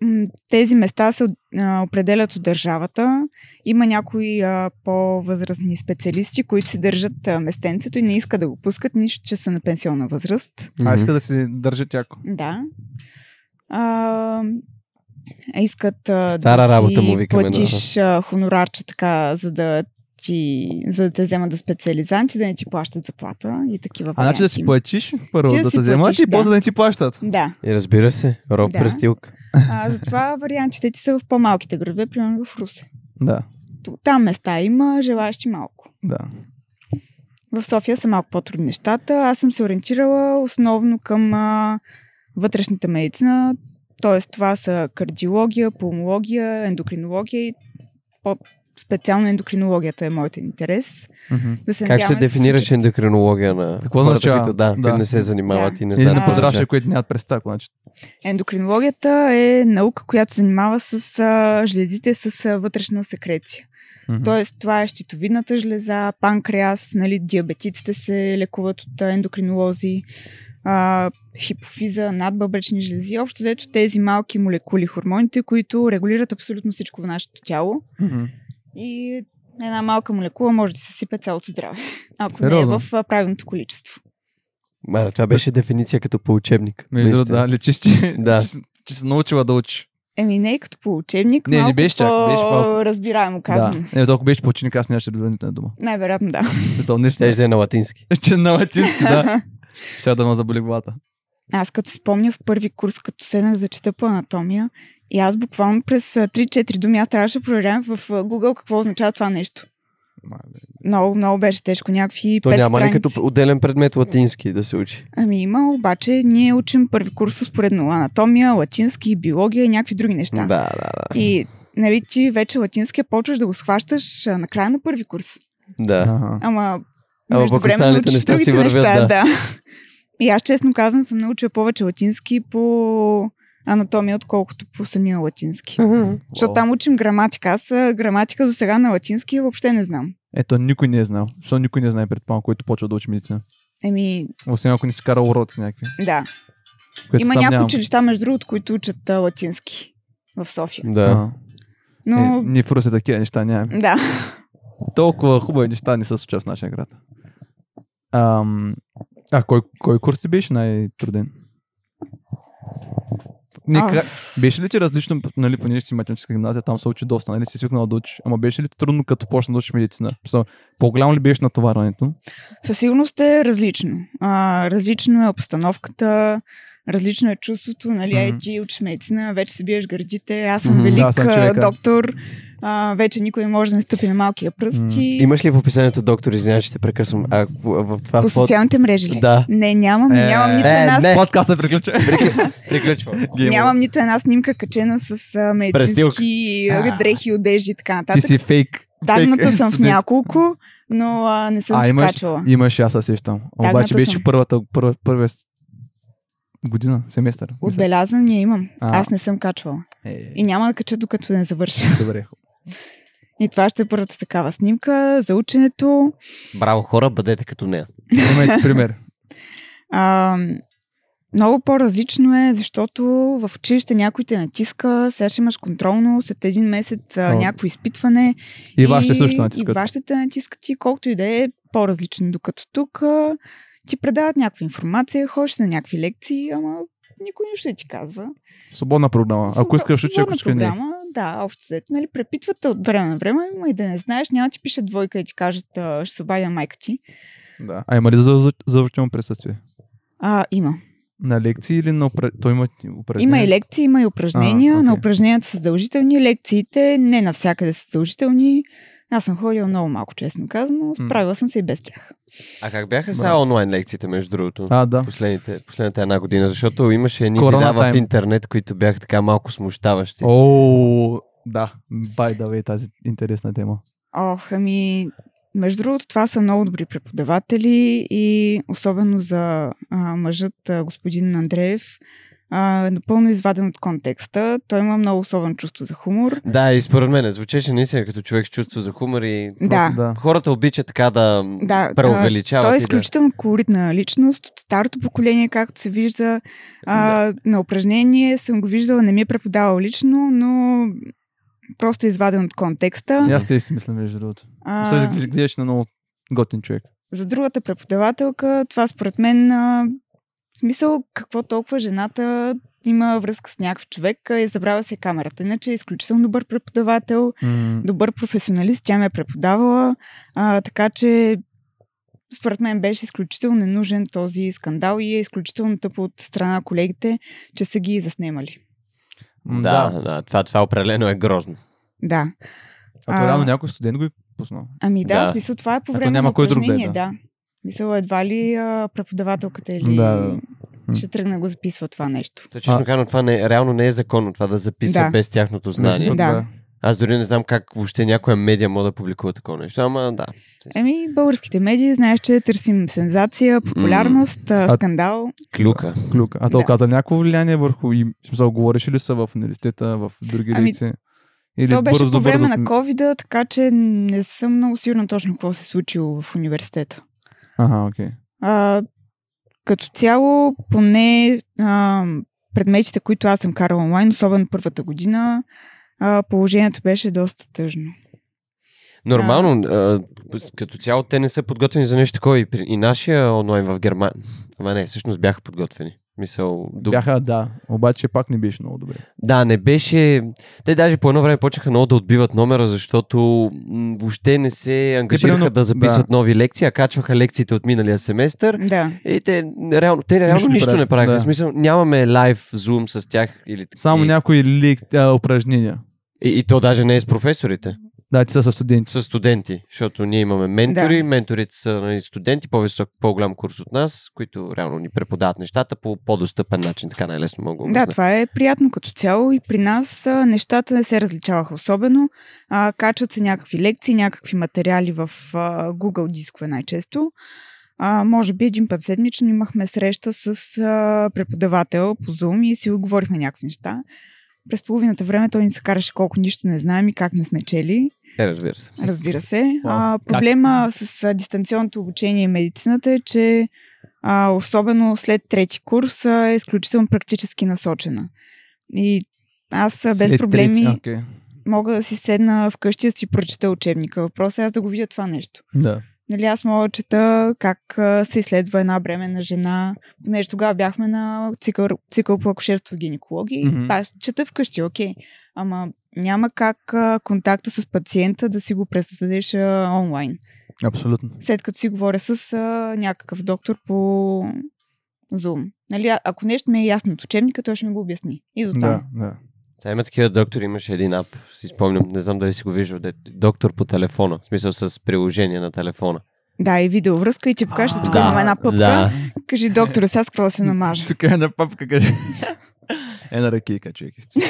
Speaker 4: м, тези места се а, определят от държавата. Има някои а, по-възрастни специалисти, които си държат а, местенцето и не искат да го пускат, нищо, че са на пенсионна възраст.
Speaker 2: А иска да си държат яко.
Speaker 4: Да. А, искат а,
Speaker 3: Стара
Speaker 4: да
Speaker 3: работа
Speaker 4: си
Speaker 3: му викаме, да.
Speaker 4: платиш а, хонорарче така, за да ти, за да те вземат да специализанти, да не ти плащат заплата и такива
Speaker 2: А значи да
Speaker 4: варианти
Speaker 2: си
Speaker 4: има.
Speaker 2: платиш първо,
Speaker 4: Ти да
Speaker 2: да
Speaker 4: си
Speaker 2: те вземат
Speaker 4: платиш,
Speaker 2: и после
Speaker 4: да.
Speaker 2: да не ти плащат.
Speaker 4: Да.
Speaker 3: И разбира се, роб
Speaker 4: Да.
Speaker 3: да. престилка.
Speaker 4: А, затова вариантите ти са в по-малките градове, примерно в Русе.
Speaker 2: Да,
Speaker 4: Т- Там места има, желаящи малко.
Speaker 2: да.
Speaker 4: В София са малко по-трудни нещата. Аз съм се ориентирала основно към а, вътрешната медицина, т.е. това са кардиология, пулмология, ендокринология и по- специално ендокринологията е моят интерес.
Speaker 2: Мгм.
Speaker 4: Да се
Speaker 3: Как
Speaker 4: надяваме
Speaker 3: ще
Speaker 4: да
Speaker 3: дефинираш
Speaker 4: случат.
Speaker 3: ендокринология на
Speaker 2: Какво
Speaker 3: хората,
Speaker 2: означава?
Speaker 3: които, да,
Speaker 2: Да.
Speaker 3: които не се занимават
Speaker 4: Да.
Speaker 3: и не
Speaker 2: Или
Speaker 3: знаят
Speaker 2: на
Speaker 4: да
Speaker 2: подраша,
Speaker 3: подраша.
Speaker 2: които нямат представа. Значи.
Speaker 4: Ендокринологията е наука, която се занимава с а, жлезите с а, вътрешна секреция.
Speaker 2: Мгм.
Speaker 4: Тоест, това е щитовидната жлеза, панкреас, нали, диабетиците се лекуват от а, ендокринолози, а, хипофиза, надбъбречни жлези. Общо взето тези малки молекули, хормоните, които регулират абсолютно всичко в нашето тяло.
Speaker 2: Мгм.
Speaker 4: И една малка молекула може да се сипе цялото здраве, ако не
Speaker 2: Сериозно?
Speaker 4: е в а, правилното количество.
Speaker 3: Ма, това беше дефиниция като по учебник.
Speaker 2: Между другото,
Speaker 3: наистина.
Speaker 2: да, лечи, че,
Speaker 3: Да.
Speaker 2: че, с- че се научила да учи.
Speaker 4: Еми не е като по учебник,
Speaker 2: Не, не
Speaker 4: малко
Speaker 2: беше чак, беше малко-
Speaker 4: по-разбираемо казвам.
Speaker 2: Да. Не, толкова беше по ученик, аз нямаше да бъда нито една дума.
Speaker 4: Най-вероятно да.
Speaker 2: Мисъл, не ще
Speaker 3: Щеше да е на латински.
Speaker 2: ще на латински, да. Ще да ме заболи главата.
Speaker 4: Аз като спомня в първи курс, като седнах да чета по анатомия, и аз буквално през а, 3-4 думи аз трябваше да проверявам в а, Google какво означава това нещо.
Speaker 2: Мале.
Speaker 4: Много, много беше тежко. Някакви
Speaker 3: То
Speaker 4: пет
Speaker 3: няма ли
Speaker 4: страници.
Speaker 3: като отделен предмет латински да се учи?
Speaker 4: Ами има, обаче ние учим първи курс успоредно анатомия, латински, биология и някакви други неща.
Speaker 3: Да, да, да.
Speaker 4: И нали ти вече латинския почваш да го схващаш а, на края на първи курс.
Speaker 3: да.
Speaker 2: Ага.
Speaker 4: Ама,
Speaker 3: Ама
Speaker 4: между
Speaker 3: пък
Speaker 4: време
Speaker 3: останалите
Speaker 4: научиш
Speaker 3: неща си
Speaker 4: другите
Speaker 3: вървят,
Speaker 4: неща,
Speaker 3: да.
Speaker 4: да. И аз честно казвам, съм научила повече латински по анатомия, отколкото по самия латински. Защото там учим граматика. Аз а, граматика до сега на латински въобще не знам.
Speaker 2: Ето, никой не е знал. Защо никой не знае предполагам, който почва да учи медицина.
Speaker 4: Еми,
Speaker 2: Освен ако не си карал уроци някакви.
Speaker 4: да.
Speaker 2: Което
Speaker 4: Има
Speaker 2: сам
Speaker 4: някои
Speaker 2: нямам.
Speaker 4: училища, между другото, които учат а, латински в София.
Speaker 3: Да.
Speaker 2: А,
Speaker 4: Но,
Speaker 2: Е, ние в Русе такива неща нямаме.
Speaker 4: да.
Speaker 2: Толкова хубави неща не се случват в нашия град. Ам, а кой, кой курс ти беше най-труден? Не,
Speaker 4: А.
Speaker 2: кра... Беше ли ти различно, нали, понеже си математическа гимназия, там се учи доста, нали, си свикнал да учиш, ама беше ли ти трудно като почна да учиш медицина? Мисъл, По-голямо ли беше натоварването?
Speaker 4: Със сигурност е различно. А, различно е обстановката, различно е чувството, нали,
Speaker 2: Мгм.
Speaker 4: mm-hmm. ти учиш медицина, вече се биеш гърдите, аз съм
Speaker 2: Мгм.
Speaker 4: велик
Speaker 2: Да, аз съм
Speaker 4: а,
Speaker 2: човека.
Speaker 4: доктор, а, вече никой не може да не стъпи на малкия пръст
Speaker 2: Мгм.
Speaker 4: и
Speaker 3: Имаш ли в описанието, доктор, извинявай, ще те прекъсвам, а в, в това
Speaker 4: по
Speaker 3: фото...
Speaker 4: социалните мрежи ли?
Speaker 3: Да.
Speaker 4: Не, нямам,
Speaker 2: Е,
Speaker 4: е, нямам нито
Speaker 3: е,
Speaker 4: една
Speaker 3: не.
Speaker 2: Подкаст не приключва.
Speaker 3: Приключвам.
Speaker 2: Гейм
Speaker 4: Нямам нито една снимка качена с а, медицински
Speaker 2: Престилка.
Speaker 4: а, дрехи, одежди и така
Speaker 2: Ти
Speaker 4: нататък.
Speaker 2: си фейк.
Speaker 4: Тагната
Speaker 2: фейк
Speaker 4: съм в
Speaker 2: студент.
Speaker 4: няколко, но а, не съм
Speaker 2: А,
Speaker 4: си
Speaker 2: имаш-
Speaker 4: качвала.
Speaker 2: Имаш, аз се сещам.
Speaker 4: Тагната
Speaker 2: Обаче беше
Speaker 4: съм.
Speaker 2: в първата, първа, първия с- година, семестър. мисля.
Speaker 4: Отбелязания имам.
Speaker 2: А.
Speaker 4: Аз не съм качвала.
Speaker 2: Е,
Speaker 4: И няма да кача, докато не завърша.
Speaker 2: добре.
Speaker 4: И това ще е първата такава снимка за ученето.
Speaker 3: Браво хора, бъдете като нея.
Speaker 2: Имайте пример.
Speaker 4: А, много по-различно е, защото в училище някой те натиска, сега ще имаш контролно, след един месец а,
Speaker 2: О.
Speaker 4: някакво изпитване.
Speaker 2: И вашите също
Speaker 4: И
Speaker 2: натискат.
Speaker 4: вашите те натискат и колкото и да е по-различно. Докато тук а, ти предават някаква информация, ходиш на някакви лекции, ама никой нищо не ти казва.
Speaker 2: Свободна програма. Ако
Speaker 4: Свобо-
Speaker 2: искаш учи, ако
Speaker 4: свободна
Speaker 2: искаш не.
Speaker 4: програма, да, общо взето, нали, препитват те от време на време, ама и да не знаеш, няма ти пише двойка и ти кажат, а, ще се обадя на майка ти.
Speaker 2: Да. А има ли за- за- задължително присъствие?
Speaker 4: А, има.
Speaker 2: На лекции или на упра... Той има упражнения?
Speaker 4: Има и лекции, има и упражнения.
Speaker 2: А,
Speaker 4: А,
Speaker 2: окей.
Speaker 4: На упражненията са задължителни, лекциите не навсякъде са задължителни. Аз съм ходила много малко, честно казано. Справила съм се и без тях.
Speaker 3: А как бяха сега онлайн лекциите, между другото?
Speaker 2: А, да.
Speaker 3: Последните, последната една година, защото имаше едни
Speaker 2: Корона
Speaker 3: видеа в
Speaker 2: тайм.
Speaker 3: интернет, които бяха така малко смущаващи.
Speaker 2: О, да. Бай да вей тази интересна тема.
Speaker 4: Ох, ами, между другото, това са много добри преподаватели и особено за а, мъжът а, господин Андреев. а, е напълно изваден от контекста. Той има много особено чувство за хумор.
Speaker 3: Да, и според мен звучеше наистина като човек с чувство за хумор и
Speaker 4: Да.
Speaker 2: Да.
Speaker 3: хората обичат така да,
Speaker 4: Да,
Speaker 3: да преувеличават.
Speaker 4: Той е
Speaker 3: и да...
Speaker 4: изключително колоритна личност. От старото поколение, както се вижда, а, на упражнение съм го виждала, не ми е преподавал лично, но просто е изваден от контекста.
Speaker 2: И аз те си мисля, между другото.
Speaker 4: А,
Speaker 2: Сега гледаш на много готин човек.
Speaker 4: за другата преподавателка, това според мен, а, в смисъл, какво толкова жената има връзка с някакъв човек а, и забрава се камерата. Иначе е изключително добър преподавател,
Speaker 2: М,
Speaker 4: добър професионалист, тя ме е преподавала, а, така че според мен беше изключително ненужен този скандал и е изключително тъпо от страна на колегите, че са ги заснемали.
Speaker 2: м,
Speaker 3: Да, да, това, това определено е грозно.
Speaker 4: Да.
Speaker 2: А то
Speaker 4: А.
Speaker 2: реално някой студент го е пуснал.
Speaker 4: Ами да,
Speaker 3: Да.
Speaker 4: да. смисъл това е по
Speaker 2: А то
Speaker 4: време
Speaker 2: няма
Speaker 4: на
Speaker 2: кой друг да е,
Speaker 4: упражнение,
Speaker 2: да.
Speaker 4: да. Мисъл едва ли а, преподавателката или
Speaker 2: Да, да. М.
Speaker 4: ще тръгне да го записва това нещо.
Speaker 3: То, честно казано, това не, реално не е законно, това да записва
Speaker 4: Да.
Speaker 3: без тяхното знание.
Speaker 2: Между другото,
Speaker 4: Да.
Speaker 3: Аз дори не знам как въобще някоя медия може да публикува такова нещо, ама да.
Speaker 4: Еми, българските медии, знаеш, че търсим сензация, популярност,
Speaker 2: А-
Speaker 4: а... скандал.
Speaker 3: Клюка.
Speaker 2: Клюк. А то
Speaker 4: Да.
Speaker 2: оказа някакво влияние върху им? В Смисъл, говореше ли са в университета, в други
Speaker 4: Ами,
Speaker 2: лекции? Или
Speaker 4: То беше
Speaker 2: бързо,
Speaker 4: по време
Speaker 2: бързо...
Speaker 4: на covid така че не съм много сигурна точно какво се е случило в университета.
Speaker 2: Ага, окей.
Speaker 4: А, като цяло, поне а, предметите, които аз съм карала онлайн, особено първата година, а, положението беше доста тъжно.
Speaker 3: Нормално, а, като цяло те не са подготвени за нещо такова и, при- и нашия онлайн в Германия. Ама не, всъщност бяха подготвени. Мисъл, до...
Speaker 2: Бяха, да. Обаче пак не беше много добре.
Speaker 3: Да, не беше... Те даже по едно време почнаха много да отбиват номера, защото м, въобще не се ангажираха
Speaker 2: примерно-
Speaker 3: да записват нови лекции, а качваха лекциите от миналия семестър.
Speaker 4: Да.
Speaker 3: И те реално, те реално
Speaker 2: Нищо
Speaker 3: нищо,
Speaker 2: не
Speaker 3: не
Speaker 2: правят,
Speaker 3: правиха.
Speaker 2: да.
Speaker 3: В смисъл, нямаме лайв зум с тях. Или...
Speaker 2: Само
Speaker 3: и,
Speaker 2: някои лик, а, упражнения.
Speaker 3: и, и, то даже не е с професорите.
Speaker 2: Да, ти са със студенти.
Speaker 3: С студенти, защото ние имаме ментори, да. менторите са нали, студенти, по-висок, по-голям курс от нас, които реално ни преподават нещата по по-достъпен начин, така най-лесно мога
Speaker 4: Да, това е приятно като цяло и при нас а, нещата не се различаваха особено. А, качват се някакви лекции, някакви материали в а, Google дискове най-често. А, може би един път седмично имахме среща с а, преподавател по Zoom и си оговорихме някакви неща. През половината време той ни се караше колко нищо не знаем и как не сме чели.
Speaker 3: Е, разбира се.
Speaker 4: Разбира се.
Speaker 2: Вау.
Speaker 4: А, проблема с а, дистанционното обучение и медицината е, че а, особено след трети курс а, е изключително практически насочена. И аз а, без
Speaker 2: Е,
Speaker 4: проблеми
Speaker 2: трети, Окей.
Speaker 4: мога да си седна вкъщи и да си прочета учебника. Въпросът е аз да го видя това нещо.
Speaker 2: Да.
Speaker 4: Нали, аз мога да чета как а, се изследва една бременна жена, понеже тогава бяхме на цикъл, цикъл по акушерство и гинекология.
Speaker 2: Мгм.
Speaker 4: Mm-hmm. Аз чета вкъщи, окей. Ама няма как а, контакта с пациента да си го пресъздадеш а, онлайн.
Speaker 2: Абсолютно.
Speaker 4: След като си говоря с а, някакъв доктор по Zoom. Нали, а- ако нещо ми е ясно от учебника, той ще ми го обясни. И до там.
Speaker 2: Да, да.
Speaker 3: Та има такива доктори, имаше един ап, си спомням, не знам дали си го виждал, де- доктор по телефона, в смисъл с приложение на телефона.
Speaker 4: Да, и видеовръзка и ти покажа, тук
Speaker 3: Да,
Speaker 4: имам една пъпка.
Speaker 3: Да,
Speaker 4: Кажи, доктор, сега с какво да се намажа?
Speaker 2: Тук е на папка, каже. е на ръкейка, човек. истина.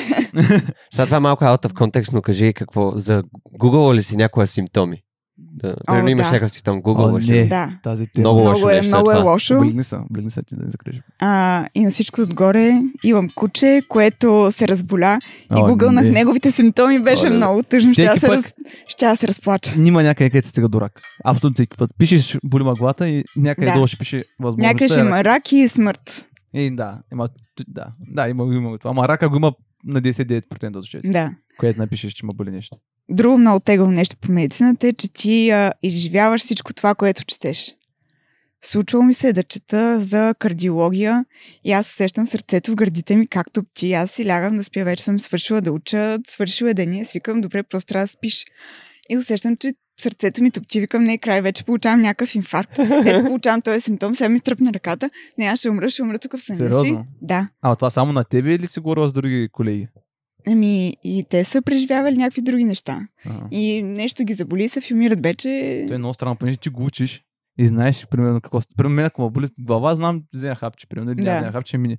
Speaker 3: сега това е малко out of контекст, но кажи какво, за гугъл ли си някоя симптоми? Да,
Speaker 4: О,
Speaker 3: Примерно имаш
Speaker 4: да.
Speaker 3: някакъв симптом,
Speaker 2: О,
Speaker 3: гугъл
Speaker 2: не.
Speaker 3: ли?
Speaker 4: Да.
Speaker 2: Тази тема.
Speaker 3: Е, Много лошо
Speaker 4: Много е,
Speaker 3: нещо е
Speaker 4: много е
Speaker 3: това.
Speaker 4: лошо.
Speaker 2: Облигни са, облигни са, ти да не закрижи.
Speaker 4: А, и на всичко отгоре имам куче, което се разболя и гугълнах неговите симптоми, беше
Speaker 3: Оле,
Speaker 4: много тъжно. Ще
Speaker 2: Всеки
Speaker 4: аз се,
Speaker 2: път-
Speaker 4: раз... ще аз се разплача.
Speaker 2: Нима някъде, където стига до рак. Абсолютно всеки път. Пишеш боли ма главата и някъде
Speaker 4: Да.
Speaker 2: долу ще пише възможността.
Speaker 4: Някъде ще
Speaker 2: е
Speaker 4: има рак и смърт.
Speaker 2: рак. И, Е, да, има, т- да, да, има, има го това. Ама рака го има на 99% от случаите,
Speaker 4: Да.
Speaker 2: което напишеш, че има боли нещо.
Speaker 4: Друго много тегаво нещо по медицината е, че ти а, изживяваш всичко това, което четеш. Случвало ми се е да чета за кардиология и аз усещам сърцето в гърдите ми, както ти. Аз си лягам да спя, вече съм свършила да уча, свършила е деня, свикам, добре, просто трябва да спиш. И усещам, че сърцето ми топти, викам, не е край, вече получавам някакъв инфаркт. Е, получавам този симптом, сега ми стръпна ръката. Не, аз ще умра, ще умра тук в съня си.
Speaker 2: Сериозно?
Speaker 4: Да.
Speaker 2: А, това само на тебе или си говорила с други колеги?
Speaker 4: Ами, и те са преживявали някакви други неща.
Speaker 2: Ага.
Speaker 4: И нещо ги заболи, се филмират вече.
Speaker 2: То е много странно, понеже ти го учиш и знаеш примерно какво... с- Примерно мен, ако ме боли глава, знам, взема хапче, примерно, или
Speaker 4: Да.
Speaker 2: да. няма хапче, мине.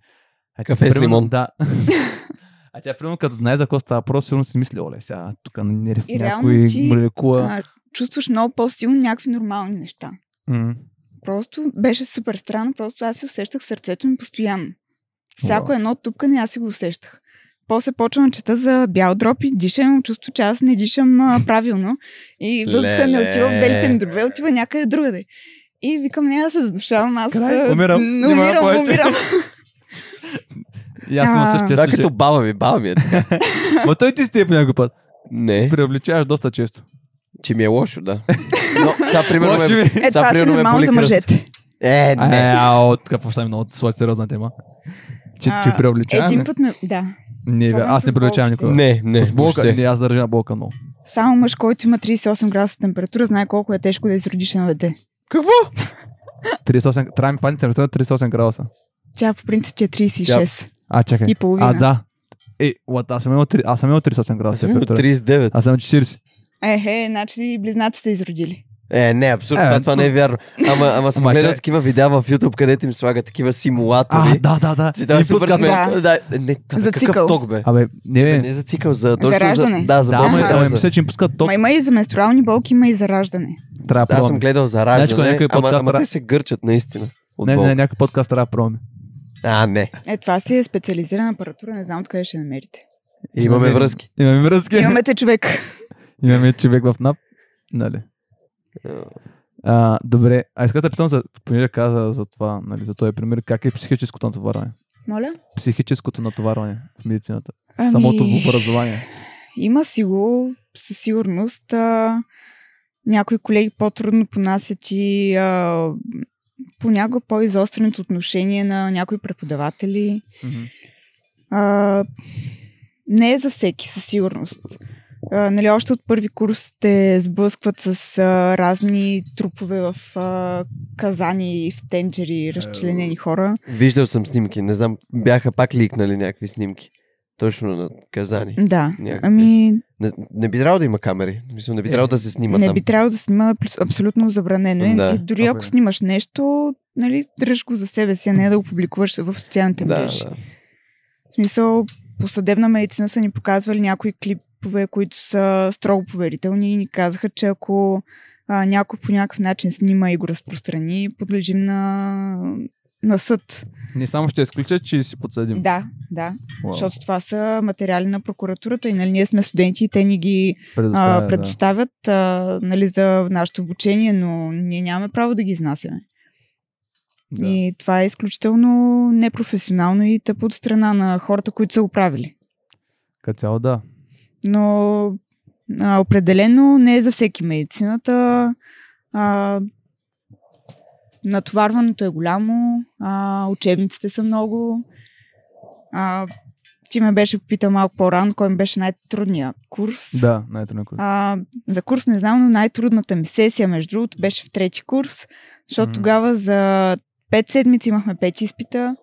Speaker 2: А тя,
Speaker 3: Кафе с
Speaker 2: примерно,
Speaker 3: лимон.
Speaker 2: Да. а тя, примерно, като знае за какво става, просто сигурно си мисли, оле, сега тук не
Speaker 4: И реално
Speaker 2: някой
Speaker 4: ти-
Speaker 2: молекула.
Speaker 4: а, чувстваш много по-силно някакви нормални неща.
Speaker 2: М.
Speaker 4: Просто беше супер странно, просто аз си усещах сърцето ми постоянно. Всяко едно тупкане аз си го усещах. После почвам да чета за бял дроп и дишам, чувство, че аз не дишам а, правилно. И въздуха не
Speaker 3: Леле.
Speaker 4: отива в белите ми дробове, отива някъде другаде. И викам, няма да се задушавам, аз
Speaker 2: Край,
Speaker 4: а,
Speaker 2: умирам,
Speaker 4: н-
Speaker 2: няма
Speaker 4: умирам,
Speaker 2: повече.
Speaker 4: умирам. Е,
Speaker 2: И аз имам
Speaker 4: А.
Speaker 2: същия
Speaker 3: Да,
Speaker 2: случай.
Speaker 3: като баба ми, баба ми е така.
Speaker 2: Ма той ти степи някой път.
Speaker 3: Не,
Speaker 2: Привличаваш доста често.
Speaker 3: че ми е лошо, да. Но, сега примерно
Speaker 2: Може
Speaker 3: ме,
Speaker 2: би.
Speaker 4: Е,
Speaker 3: сега,
Speaker 4: това си
Speaker 3: примерно, ме
Speaker 4: нормално
Speaker 3: боли
Speaker 4: за
Speaker 3: кръст.
Speaker 4: мъжете.
Speaker 3: Е, не.
Speaker 2: Е, ао, какво става много своя сериозна тема. Че,
Speaker 4: А,
Speaker 2: че привличаваме.
Speaker 4: Един път ме... Да.
Speaker 2: Не, бе, аз не
Speaker 4: Спомням с
Speaker 2: привличавам
Speaker 4: болките.
Speaker 2: никога.
Speaker 3: Не, не.
Speaker 2: С блока,
Speaker 3: въобще.
Speaker 2: не, аз държа на блока много.
Speaker 4: Само мъж, който има 38 градуса температура, знае колко е тежко да изродиш на дете.
Speaker 3: Какво?
Speaker 2: 38, трябва ми падне температура е 38 градуса.
Speaker 4: Тя по принцип ти е 36.
Speaker 2: А, чакай.
Speaker 4: И половина.
Speaker 2: А, да. Е, what, аз съм имал, три- аз съм имал 38
Speaker 3: Аз
Speaker 2: градуса
Speaker 3: съм имал
Speaker 2: температура.
Speaker 3: 39.
Speaker 2: Аз съм 40.
Speaker 4: Ехе, значи и близнаците изродили.
Speaker 3: Е, не, абсурдно,
Speaker 2: Е,
Speaker 3: това, това не е вярно. Ама, ама съм
Speaker 2: Ама,
Speaker 3: гледал
Speaker 2: чай.
Speaker 3: такива видеа в YouTube, където им слагат такива симулатори.
Speaker 2: А, да, да, да.
Speaker 3: Си дава
Speaker 2: И
Speaker 3: супер
Speaker 2: пускат-
Speaker 4: сме-
Speaker 3: смешно. Ами, Да, не, та,
Speaker 4: За
Speaker 3: какъв
Speaker 4: цикъл.
Speaker 3: ток, бе.
Speaker 2: Абе, не,
Speaker 3: Бе,
Speaker 2: не.
Speaker 3: Не за цикъл, за точно
Speaker 4: раждане.
Speaker 3: За, да, за
Speaker 2: Да,
Speaker 3: болка
Speaker 2: ама,
Speaker 3: и
Speaker 2: ама
Speaker 3: раждане.
Speaker 2: мисля, че им пускат ток.
Speaker 4: Ма има и за менструални болки, има и за раждане.
Speaker 2: Трябва да
Speaker 3: Аз съм
Speaker 2: пробваме.
Speaker 3: гледал за
Speaker 2: Значи, ако
Speaker 3: раждане,
Speaker 2: някой
Speaker 3: ама,
Speaker 2: подкаст
Speaker 3: ама
Speaker 2: ра-
Speaker 3: те се гърчат наистина. От
Speaker 2: Не,
Speaker 3: болка.
Speaker 2: не, някой подкаст трябва да пробваме.
Speaker 3: А, не.
Speaker 4: Е, това си е специализирана апаратура, не знам откъде ще я намерите.
Speaker 3: Имаме връзки.
Speaker 2: Имаме връзки.
Speaker 4: Имаме те човек.
Speaker 2: Имаме човек в НАП. Нали. А, добре, а иска да питам, за, понеже каза за това, нали, за този пример, как е психическото натоварване?
Speaker 4: Моля?
Speaker 2: Психическото натоварване в медицината.
Speaker 4: Ами...
Speaker 2: Самото образование.
Speaker 4: Има си го, със сигурност. А, някои колеги по-трудно понасят и а, понякога по-изостреното отношение на някои преподаватели. А, не е за всеки, със сигурност. А, нали, още от първи курс те сблъскват с а, разни трупове в а, казани, в тенджери, разчленени хора.
Speaker 3: Виждал съм снимки, не знам, бяха пак ликнали някакви снимки. Точно на Казани.
Speaker 4: Да.
Speaker 3: Някакви.
Speaker 4: Ами,
Speaker 3: Не, не би трябвало да има камери. Мисля, не би
Speaker 2: Е,
Speaker 3: трябвало да се снима
Speaker 4: не
Speaker 3: там.
Speaker 4: би трябвало да снима абс- абсолютно забранено. е.
Speaker 3: Да,
Speaker 4: и дори ако
Speaker 2: абе.
Speaker 4: снимаш нещо, нали, дръж го за себе си, а не да го публикуваш в социалните
Speaker 3: Да,
Speaker 4: мрежи.
Speaker 3: да.
Speaker 4: В смисъл, по съдебна медицина са ни показвали някои клипове, които са строго поверителни и ни казаха, че ако а, някой по някакъв начин снима и го разпространи, подлежим на, на съд.
Speaker 2: Не само ще изключа, че си подсъдим.
Speaker 4: Да, да,
Speaker 2: Уау.
Speaker 4: защото това са материали на прокуратурата и нали, ние сме студенти и те ни ги
Speaker 2: Предоставя,
Speaker 4: а, предоставят а, нали, за нашето обучение, но ние нямаме право да ги изнасяме.
Speaker 2: да.
Speaker 4: Да.
Speaker 2: Да.
Speaker 4: И това е изключително непрофесионално и тъпо от страна на хората, които са го правили.
Speaker 2: Като цяло да.
Speaker 4: но а, определено не е за всеки медицината. А, натоварването е голямо, а, учебниците са много. А, ти ме беше попитал малко по-рано, кой ми беше най-трудният курс.
Speaker 2: Да, най-трудно. е, курс.
Speaker 4: А, за курс не знам, но най-трудната ми сесия, между другото, беше в трети курс, защото
Speaker 2: Мгм.
Speaker 4: тогава за пет седмици имахме пет изпита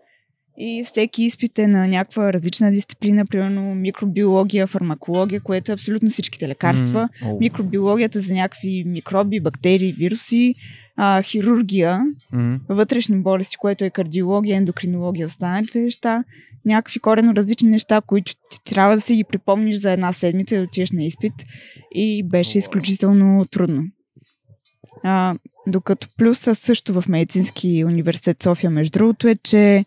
Speaker 4: и всеки изпит е на някаква различна дисциплина, примерно микробиология, фармакология, което е абсолютно всичките лекарства.
Speaker 2: М, оу.
Speaker 4: Микробиологията за някакви микроби, бактерии, вируси, а, хирургия,
Speaker 2: Мгм.
Speaker 4: вътрешни болести, което е кардиология, ендокринология, останалите неща, някакви корено различни неща, които ти трябва да си ги припомниш за една седмица и да отидеш на изпит. И беше изключително трудно. А, докато плюса също в Медицински университет София, между другото, е, че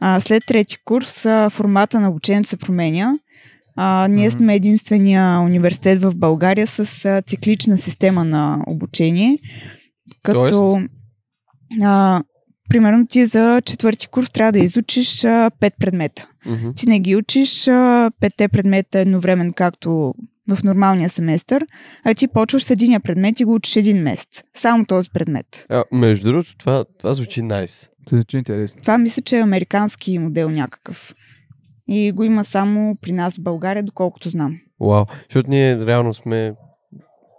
Speaker 4: а, след трети курс а, формата на обучението се променя. А, ние
Speaker 2: Мгм.
Speaker 4: сме единствения университет в България с а, циклична система на обучение. Като, а, примерно, ти за четвърти курс трябва да изучиш а, пет предмета.
Speaker 3: Мгм.
Speaker 4: Ти не ги учиш а, петте предмета едновременно, както в нормалния семестър, а ти почваш с единия предмет и го учиш един месец. Само този предмет.
Speaker 3: А, между другото, това, това звучи найс.
Speaker 2: Това звучи интересно.
Speaker 4: Това мисля, че е американски модел някакъв. И го има само при нас в България, доколкото знам.
Speaker 3: Вау. Защото ние реално сме...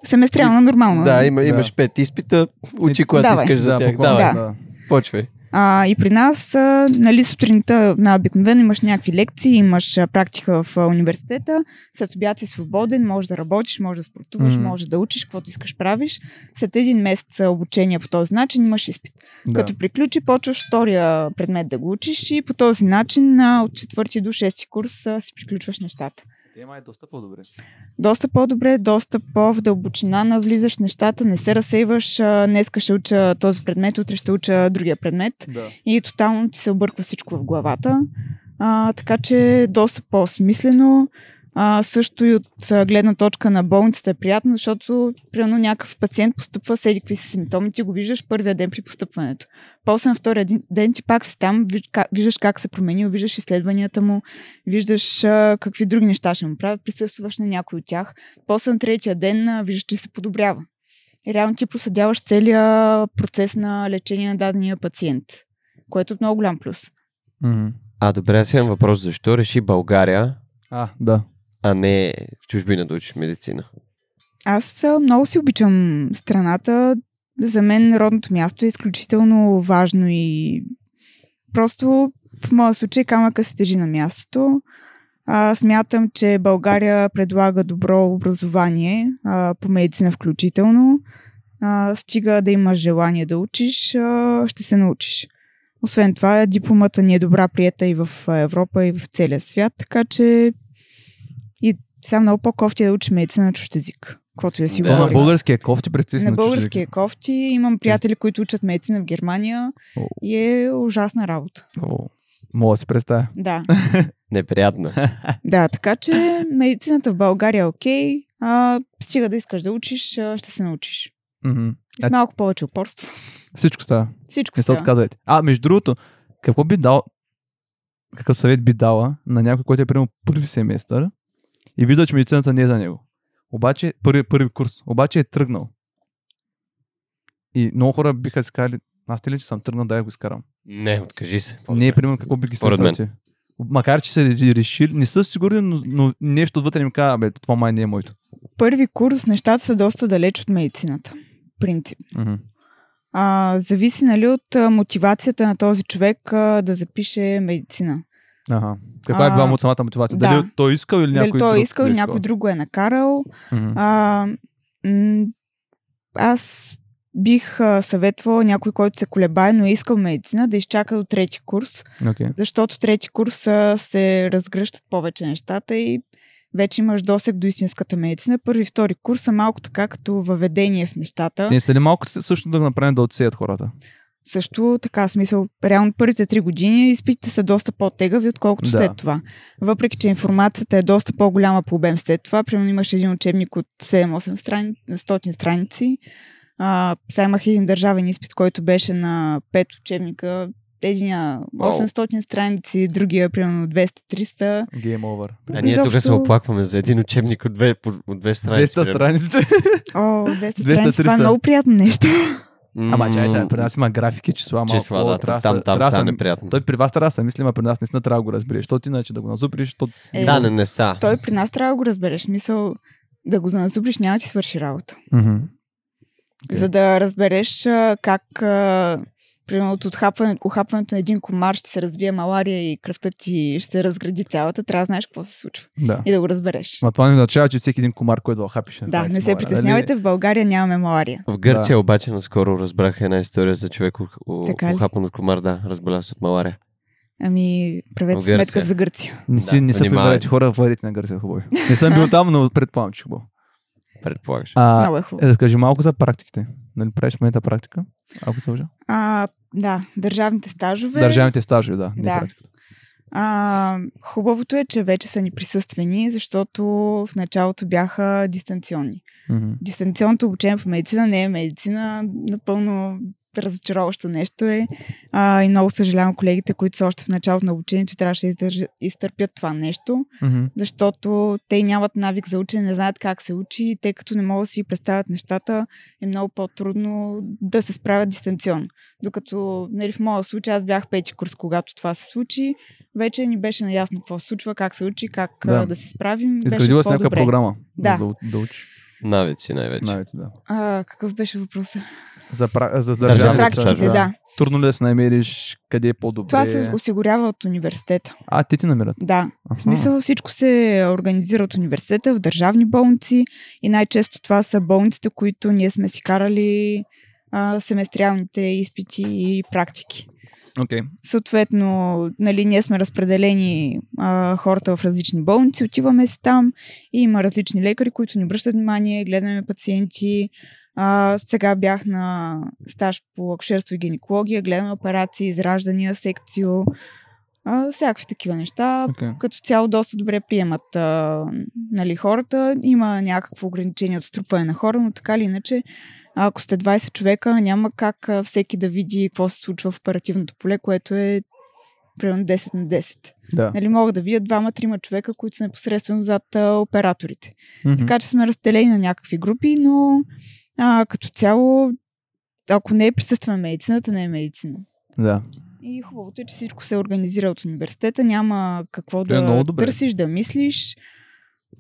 Speaker 4: Семестриално, нормално. нали?
Speaker 3: Да, има,
Speaker 2: Да.
Speaker 3: имаш пет изпита, учи
Speaker 2: И-
Speaker 3: когато
Speaker 4: Давай.
Speaker 3: искаш за тях.
Speaker 2: буквално,
Speaker 3: Давай,
Speaker 4: Да.
Speaker 3: почвай.
Speaker 4: А, и при нас, а, нали, сутринта на обикновено имаш някакви лекции, имаш а, практика в а, университета, след обяд си свободен, можеш да работиш, можеш да спортуваш,
Speaker 2: Мгм.
Speaker 4: можеш да учиш, каквото искаш правиш. След един месец а, обучение по този начин имаш изпит.
Speaker 2: Да.
Speaker 4: Като приключи, почваш втория предмет да го учиш и по този начин а, от четвърти до шести курс а, си приключваш нещата.
Speaker 2: Тема е доста по-добре.
Speaker 4: Доста по-добре, доста по-в дълбочина навлизаш в нещата, не се разсейваш, а, днеска ще уча този предмет, утре ще уча другия предмет
Speaker 2: Да.
Speaker 4: и тотално ти се обърква всичко в главата. А, така че доста по-смислено. А, също и от а, гледна точка на болницата е приятно, защото примерно някакъв пациент постъпва с еди какви си симптоми, ти го виждаш първия ден при постъпването. После на втория ден- ден ти пак си там, виж- ка- виждаш как се е променил, виждаш изследванията му, виждаш а, какви други неща ще му правят, присъстваш на някой от тях. После на третия ден а, виждаш, че се подобрява. И реално ти проследяваш целият процес на лечение на дадения пациент, което е много голям плюс.
Speaker 2: Мгм.
Speaker 3: А, добре, аз имам въпрос. Защо реши България,
Speaker 2: А, да.
Speaker 3: а не в чужбина да учиш медицина?
Speaker 4: Аз а, много си обичам страната. За мен родното място е изключително важно и просто в моя случай камъка се тежи на мястото. А, смятам, че България предлага добро образование, а, по медицина включително. А, стига да имаш желание да учиш, а, ще се научиш. Освен това, дипломата ни е добра приета и в а, Европа, и в целия свят, така че и сега много по-кофти е да учи медицина на чужд език, каквото и да си
Speaker 3: Да.
Speaker 4: да.
Speaker 2: да. На
Speaker 4: говорим.
Speaker 2: българския кофти прецизна.
Speaker 4: На български е кофти. Имам приятели, които учат медицина в Германия
Speaker 2: О.
Speaker 4: и е ужасна работа.
Speaker 2: Мога да си представя.
Speaker 4: Да.
Speaker 3: Неприятна.
Speaker 4: да, така че медицината в България е окей. А, стига да искаш да учиш, а, ще се научиш.
Speaker 2: Мгм.
Speaker 4: И
Speaker 2: А-
Speaker 4: С малко повече упорство.
Speaker 2: Всичко става.
Speaker 4: Всичко
Speaker 2: Е. Не се
Speaker 4: се.
Speaker 2: отказвайте. А, между другото, какво би дал, какъв съвет би дала на някой, който е приемал първи семестър и вижда, че медицината не е за него. Обаче, първи, първи курс, обаче е тръгнал. И много хора биха си казали, аз те ли, че съм тръгнал, да я го изкарам.
Speaker 3: Не, откажи се.
Speaker 2: Не е примерно какво би ги
Speaker 3: Според мен.
Speaker 2: съветвал ти? Макар, че са решили, не са сигурни, но, но нещо отвътре им казва, бе, това май не е моето.
Speaker 4: Първи курс нещата са доста далеч от медицината. Принцип.
Speaker 2: Мгм.
Speaker 4: А, зависи нали, от а, мотивацията на този човек а, да запише медицина.
Speaker 2: Ага. Каква е била
Speaker 4: А,
Speaker 2: му самата мотивация?
Speaker 4: да.
Speaker 2: Дали той искал или някой
Speaker 4: Дали той
Speaker 2: друг?
Speaker 4: е искал
Speaker 2: го
Speaker 4: или някой друг го е накарал.
Speaker 2: Мгм.
Speaker 4: А, м- аз бих а, съветвала някой, който се колебае, но е искал медицина, да изчака до трети курс,
Speaker 2: Окей.
Speaker 4: защото трети курс а, се разгръщат повече нещата и вече имаш досек до истинската медицина. Първи и втори курс са малко така като въведение в нещата.
Speaker 2: Не са ли малко също да го направим да отсеят хората?
Speaker 4: също така, смисъл, реално първите три години изпитите са доста по-тегави, отколкото
Speaker 2: Да.
Speaker 4: да. след това. Въпреки, че информацията е доста по-голяма по обем след това, примерно имаш един учебник от 7-8 страни, 100 страници. А, сега имах един държавен изпит, който беше на 5 учебника, единия 800 страници, другия примерно 200-300.
Speaker 2: Game over.
Speaker 3: А ние тук се
Speaker 4: Изобщо-
Speaker 3: оплакваме за един учебник от две, по- от две страници.
Speaker 2: 200 страници.
Speaker 4: О, 200 страници,
Speaker 2: 300.
Speaker 4: това е много приятно нещо.
Speaker 3: М,
Speaker 2: Ама чай сега, при нас има графики, числа, малко.
Speaker 3: Числа, да,
Speaker 2: трябва
Speaker 3: там, там,
Speaker 2: да- трябва да
Speaker 3: става
Speaker 2: са-
Speaker 3: неприятно.
Speaker 2: Той при вас трябва да се мисли, а при нас наистина трябва да го разбереш. Защото иначе да го назуприш, то...
Speaker 4: Е,
Speaker 3: Да, не, не става.
Speaker 4: Той при нас трябва да го разбереш. Мисъл, да го заназубриш, няма да ти свърши работа.
Speaker 2: Окей.
Speaker 4: за да разбереш а, как а, примерно от отхапване, ухапването на един комар ще се развие малария и кръвта ти ще се разгради цялата, трябва да знаеш какво се случва
Speaker 2: Да.
Speaker 4: и да го разбереш.
Speaker 2: Ма това не означава, че всеки един комар, който е да хапиш.
Speaker 4: Да, не
Speaker 2: нали?
Speaker 4: се притеснявайте, в България нямаме малария.
Speaker 3: В Гърция обаче наскоро разбрах една история за човек, ух- у-
Speaker 4: Така ли?
Speaker 3: ухапан от комар, да, разболя се от малария.
Speaker 4: Ами, правете
Speaker 3: В Гърция.
Speaker 4: сметка за Гърция.
Speaker 2: Не, си,
Speaker 3: Да,
Speaker 2: не са
Speaker 3: внимавай.
Speaker 2: прибирайте хора в варите на Гърция, хубаво. е. Не съм бил там, но предполагам, че хубаво.
Speaker 3: Предполагаш.
Speaker 2: А,
Speaker 4: Много е хубаво.
Speaker 2: разкажи малко за практиките. Нали правиш в момента практика? Ако се лъжа.
Speaker 4: А, да, държавните стажове.
Speaker 2: Държавните стажи, да. не
Speaker 4: Да.
Speaker 2: практиката.
Speaker 4: А, хубавото е, че вече са ни присъствени, защото в началото бяха дистанционни.
Speaker 2: Мгм.
Speaker 4: дистанционното обучение по медицина не е медицина. Напълно разочароващо нещо е. А, и много съжалявам колегите, които са още в началото на обучението и трябваше да издържа- изтърпят това нещо,
Speaker 2: Мгм.
Speaker 4: защото те нямат навик за учене, не знаят как се учи и тъй като не могат да си представят нещата, е много по-трудно да се справят дистанционно. Докато нали, в моя случай аз бях пети курс, когато това се случи, вече ни беше наясно какво се случва, как се учи, как
Speaker 2: Да.
Speaker 4: да, да се справим. Беше
Speaker 2: Изградила си някаква
Speaker 4: по-добре.
Speaker 2: програма.
Speaker 4: Да.
Speaker 2: Да, да учиш.
Speaker 3: Навици най-вече.
Speaker 2: Навици, да.
Speaker 4: А, какъв беше въпросът?
Speaker 2: За, пра... за
Speaker 3: Държавните
Speaker 4: За
Speaker 2: държавните
Speaker 4: практиките,
Speaker 2: стажове.
Speaker 4: да.
Speaker 2: Трудно ли да се намериш къде е по-добре?
Speaker 4: Това се осигурява от университета.
Speaker 2: А, те ти намират.
Speaker 4: Да.
Speaker 2: Аха.
Speaker 4: В смисъл всичко се организира от университета в държавни болници и най-често това са болниците, които ние сме си карали а, семестриалните изпити и практики.
Speaker 2: Окей.
Speaker 4: Съответно, нали, ние сме разпределени а, хората в различни болници, отиваме си там и има различни лекари, които ни обръщат внимание, гледаме пациенти. А, сега бях на стаж по акушерство и гинекология, гледам операции, израждания, секцио, а, всякакви такива неща.
Speaker 2: Okay.
Speaker 4: Като цяло доста добре приемат а, нали, хората. Има някакво ограничение от струпване на хора, но така или иначе, ако сте 20 човека, няма как а, всеки да види какво се случва в оперативното поле, което е примерно 10 на 10.
Speaker 2: Да.
Speaker 4: Нали, могат да видят двама-трима човека, които са непосредствено зад а, операторите.
Speaker 2: Мгм.
Speaker 4: Така че сме разделени на някакви групи, но а, като цяло, ако не е присъствена медицината, не е медицина.
Speaker 2: да.
Speaker 4: И хубавото е, че всичко се организира от университета, няма какво
Speaker 2: Е,
Speaker 4: да
Speaker 2: много добре.
Speaker 4: търсиш, да мислиш.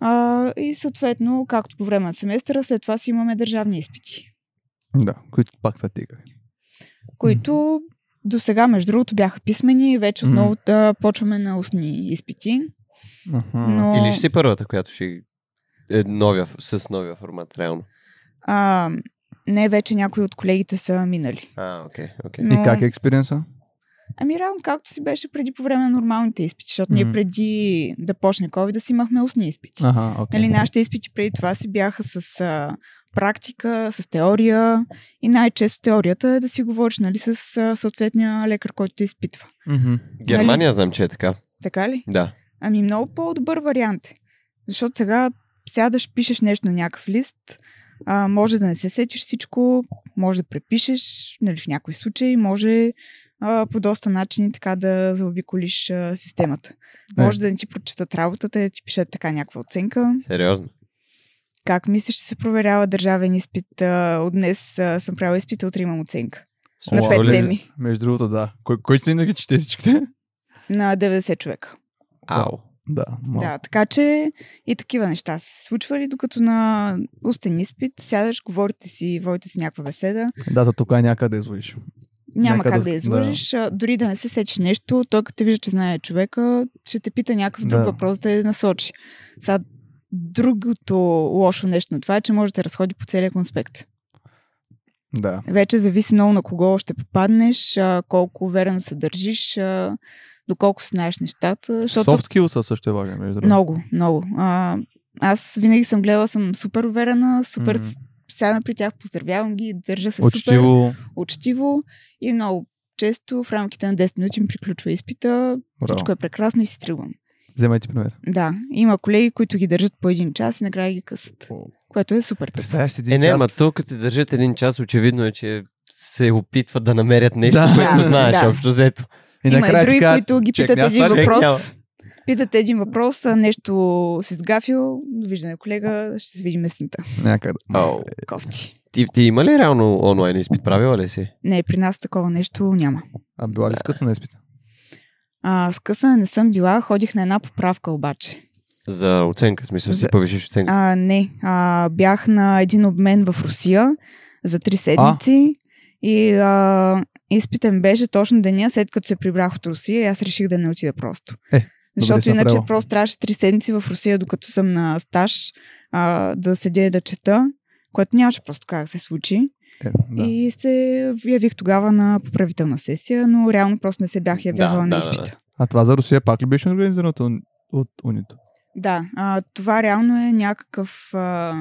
Speaker 4: А, и съответно, както по време на семестъра, след това си имаме държавни изпити,
Speaker 2: Да, които пак са тигави.
Speaker 4: които до сега, между другото, бяха писмени, вече
Speaker 2: Мгм.
Speaker 4: отново да почваме на устни изпити.
Speaker 2: Аха.
Speaker 4: Но...
Speaker 3: Или ще си първата, която ще е новия, с новия формат, реално.
Speaker 4: а, не, вече някои от колегите са минали.
Speaker 3: А, окей, окей.
Speaker 4: Но...
Speaker 2: И как е експириенса?
Speaker 4: Ами реално както си беше преди по време на нормалните изпити, защото ние
Speaker 2: Мгм.
Speaker 4: преди да почне COVID да си имахме устни изпити.
Speaker 2: Аха, окей.
Speaker 4: Нали, нашите изпити преди това си бяха с а, практика, с теория и най-често теорията е да си говориш нали, с а, съответния лекар, който те изпитва.
Speaker 2: Мгм.
Speaker 3: Германия знам, че е така.
Speaker 4: Така ли?
Speaker 3: Да.
Speaker 4: Ами много по-добър вариант е. Защото сега сядаш, пишеш нещо на някакъв лист, а, може да не се сетиш всичко, може да препишеш, нали, в някои случаи, може а, по доста начини така да заобиколиш а, системата.
Speaker 2: Е.
Speaker 4: Може да не ти прочитат работата, да ти пишат така някаква оценка.
Speaker 3: Сериозно.
Speaker 4: Как мислиш, че се проверява държавен изпит? А, от днес а, съм правила изпита, утре имам оценка.
Speaker 2: О,
Speaker 4: на пет
Speaker 2: оле.
Speaker 4: теми.
Speaker 2: Е. Между другото, да. Кой, кой си винаги чете всичките?
Speaker 4: На 90 човека.
Speaker 3: Ау.
Speaker 2: Да, малко.
Speaker 4: Да, така че и такива неща са се случвали, докато на устен изпит сядаш, говорите си, водите си някаква беседа.
Speaker 2: Да, то тук е някъде излиш.
Speaker 4: Няма
Speaker 2: Някъде
Speaker 4: как
Speaker 2: с-
Speaker 4: да
Speaker 2: да.
Speaker 4: изложиш, да. дори да не се сечеш нещо, той като те вижда, че знае човека, ще те пита някакъв друг
Speaker 2: Да.
Speaker 4: въпрос да те насочи. Сега, другото лошо нещо на това е, че може да те разходи по целия конспект.
Speaker 2: Да.
Speaker 4: Вече зависи много на кого ще попаднеш, а, колко уверено се държиш, а, доколко си знаеш нещата, защото
Speaker 2: Soft skills са също е важен, между другото.
Speaker 4: Много, много. А, аз винаги съм гледала, съм супер уверена, супер
Speaker 2: Мгм.
Speaker 4: mm-hmm. сяда при тях, поздравявам ги, държа се супер
Speaker 2: Учтиво.
Speaker 4: учтиво и много често в рамките на 10 минути ми приключва изпита,
Speaker 2: Браво.
Speaker 4: всичко е прекрасно и си тръгвам.
Speaker 2: Вземайте пример.
Speaker 4: Да, има колеги, които ги държат по един час и накрая ги късат,
Speaker 2: О.
Speaker 4: което е супер.
Speaker 2: Представяш си един
Speaker 3: Е, не,
Speaker 2: час.
Speaker 3: ама то като те държат един час, очевидно е, че се опитват да намерят нещо,
Speaker 2: Да.
Speaker 3: което
Speaker 4: Да,
Speaker 3: знаеш
Speaker 4: да.
Speaker 3: общо взето.
Speaker 2: И
Speaker 4: Има и
Speaker 2: накрая ти
Speaker 4: други,
Speaker 2: кажат,
Speaker 4: които ги
Speaker 2: чек,
Speaker 4: питат
Speaker 2: няма
Speaker 4: един
Speaker 2: това, е чек, няма.
Speaker 4: въпрос. Питат един въпрос, а нещо си сгафил, довиждане колега, ще се видим есента.
Speaker 2: Някъде.
Speaker 3: Ау.
Speaker 4: Кофти.
Speaker 3: Ти, ти има ли реално онлайн изпит? Правила ли си?
Speaker 4: Не, при нас такова нещо няма.
Speaker 2: А била ли скъсана изпита?
Speaker 4: А, скъсана не съм била, ходих на една поправка обаче.
Speaker 3: За оценка, в смисъл си
Speaker 4: За-
Speaker 3: повишиш оценка.
Speaker 4: А, не, а, бях на един обмен в Русия за три седмици и а, изпитен беше точно деня след като се прибрах от Русия и аз реших да не отида просто.
Speaker 2: Е, добре
Speaker 4: Защото
Speaker 2: си
Speaker 4: иначе
Speaker 2: направила.
Speaker 4: просто трябваше три седмици в Русия, докато съм на стаж, а, да седя и да чета, което нямаше просто как да се случи.
Speaker 2: Е,
Speaker 4: Да.
Speaker 2: да.
Speaker 4: И се явих тогава на поправителна сесия, но реално просто не се бях явявала
Speaker 3: Да,
Speaker 4: на
Speaker 3: да, да, да.
Speaker 4: изпита.
Speaker 2: А това за Русия пак ли беше организирано от, Уни- от Унито?
Speaker 4: Да, а, това реално е някакъв а,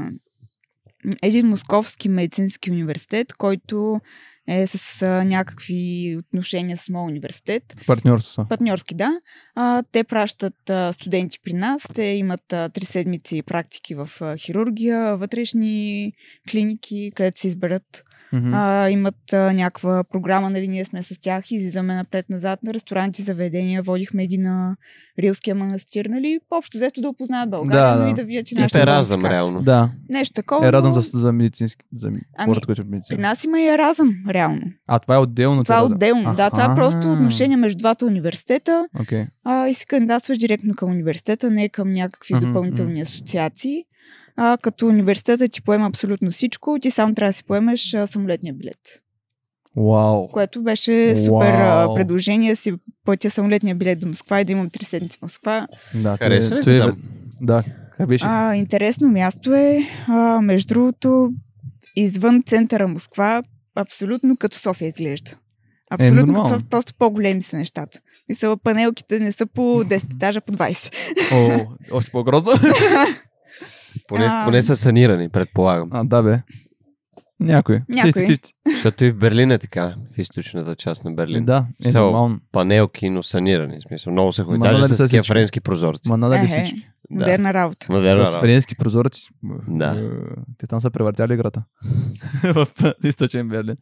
Speaker 4: един московски медицински университет, който е с а, някакви отношения с моят университет.
Speaker 2: Партньорство са.
Speaker 4: Партньорски, да. А, те пращат а, студенти при нас. Те имат а, три седмици практики в а, хирургия, вътрешни клиники, където се изберат.
Speaker 2: Мгм.
Speaker 4: А, имат а, някаква програма, нали ние сме с тях, излизаме напред-назад на ресторанти, заведения, водихме ги на Рилския манастир, нали, общо взето да опознаят България,
Speaker 2: Да,
Speaker 4: да,
Speaker 2: да.
Speaker 4: нали, да видят, че
Speaker 3: Тип
Speaker 4: нашите
Speaker 3: е
Speaker 4: българи
Speaker 3: разъм,
Speaker 4: как са.
Speaker 3: реално.
Speaker 2: Да.
Speaker 4: Нещо такова,
Speaker 2: Е,
Speaker 4: но
Speaker 2: разъм за, за медицински, за
Speaker 4: Ами,
Speaker 2: хората, които е
Speaker 4: при
Speaker 2: медицина.
Speaker 4: нас има и разъм, реално.
Speaker 2: А, това е отделно.
Speaker 4: Това е
Speaker 2: разъм.
Speaker 4: отделно, да, това е
Speaker 2: Аха.
Speaker 4: просто отношение между двата университета
Speaker 2: Окей.
Speaker 4: а, и се кандидатстваш директно към университета, не към някакви
Speaker 2: Мгм,
Speaker 4: допълнителни асоциации. А, като университета ти поема абсолютно всичко, ти само трябва да си поемеш а, самолетния билет.
Speaker 2: Вау.
Speaker 4: което беше супер а,
Speaker 2: Уау.
Speaker 4: предложение да си платя самолетния билет до Москва и да имам три седмици в Москва.
Speaker 2: Да, той е-
Speaker 3: Хареса ли
Speaker 2: той
Speaker 3: ти
Speaker 2: е-
Speaker 3: там?
Speaker 2: Да, как беше?
Speaker 4: А, интересно място е, а, между другото, извън центъра Москва, абсолютно като София изглежда. Абсолютно като
Speaker 2: нормално.
Speaker 4: София, просто по-големи са нещата. Мисля, панелките не са по 10 етажа, по 20.
Speaker 2: О, още по-грозно.
Speaker 3: Поне,
Speaker 4: а-
Speaker 3: поне са санирани, предполагам.
Speaker 2: А, да бе. Някой.
Speaker 4: Някой.
Speaker 2: 50-50.
Speaker 3: Защото и в Берлин е така, в източната част на Берлин. Да.
Speaker 2: Да, е
Speaker 3: Село.
Speaker 2: нормално.
Speaker 3: Панелки, но санирани. В смисъл, много са хубави.
Speaker 2: Ма,
Speaker 3: Даже
Speaker 2: нали
Speaker 3: с
Speaker 2: са
Speaker 3: такива
Speaker 2: всички?
Speaker 3: френски прозорци.
Speaker 2: Ма е надали
Speaker 4: Ехе.
Speaker 2: всички.
Speaker 4: Модерна работа.
Speaker 3: Модерна
Speaker 2: С
Speaker 3: работа.
Speaker 2: френски прозорци.
Speaker 3: Да.
Speaker 2: Е, Те там са превъртяли играта. в източен Берлин.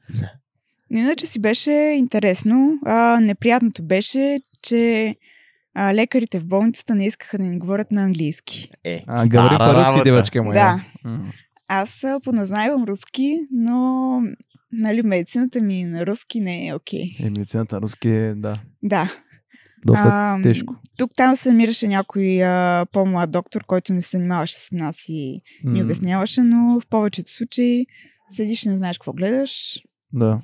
Speaker 4: Но иначе си беше интересно. А, неприятното беше, че а, лекарите в болницата не искаха да ни говорят на английски.
Speaker 3: Е,
Speaker 2: А, говори
Speaker 3: стара
Speaker 2: по-руски
Speaker 3: работа.
Speaker 2: девачка моя.
Speaker 4: Да.
Speaker 2: М.
Speaker 4: Аз а, подназнайвам руски, но нали, медицината ми на руски не е окей. Okay.
Speaker 2: Е, медицината на руски е, да.
Speaker 4: Да.
Speaker 2: Доста
Speaker 4: Ам,
Speaker 2: тежко.
Speaker 4: Тук там се намираше някой а, по-млад доктор, който не се занимаваше с нас и ни
Speaker 2: М,
Speaker 4: обясняваше, но в повечето случаи седиш и не знаеш какво гледаш.
Speaker 2: Да.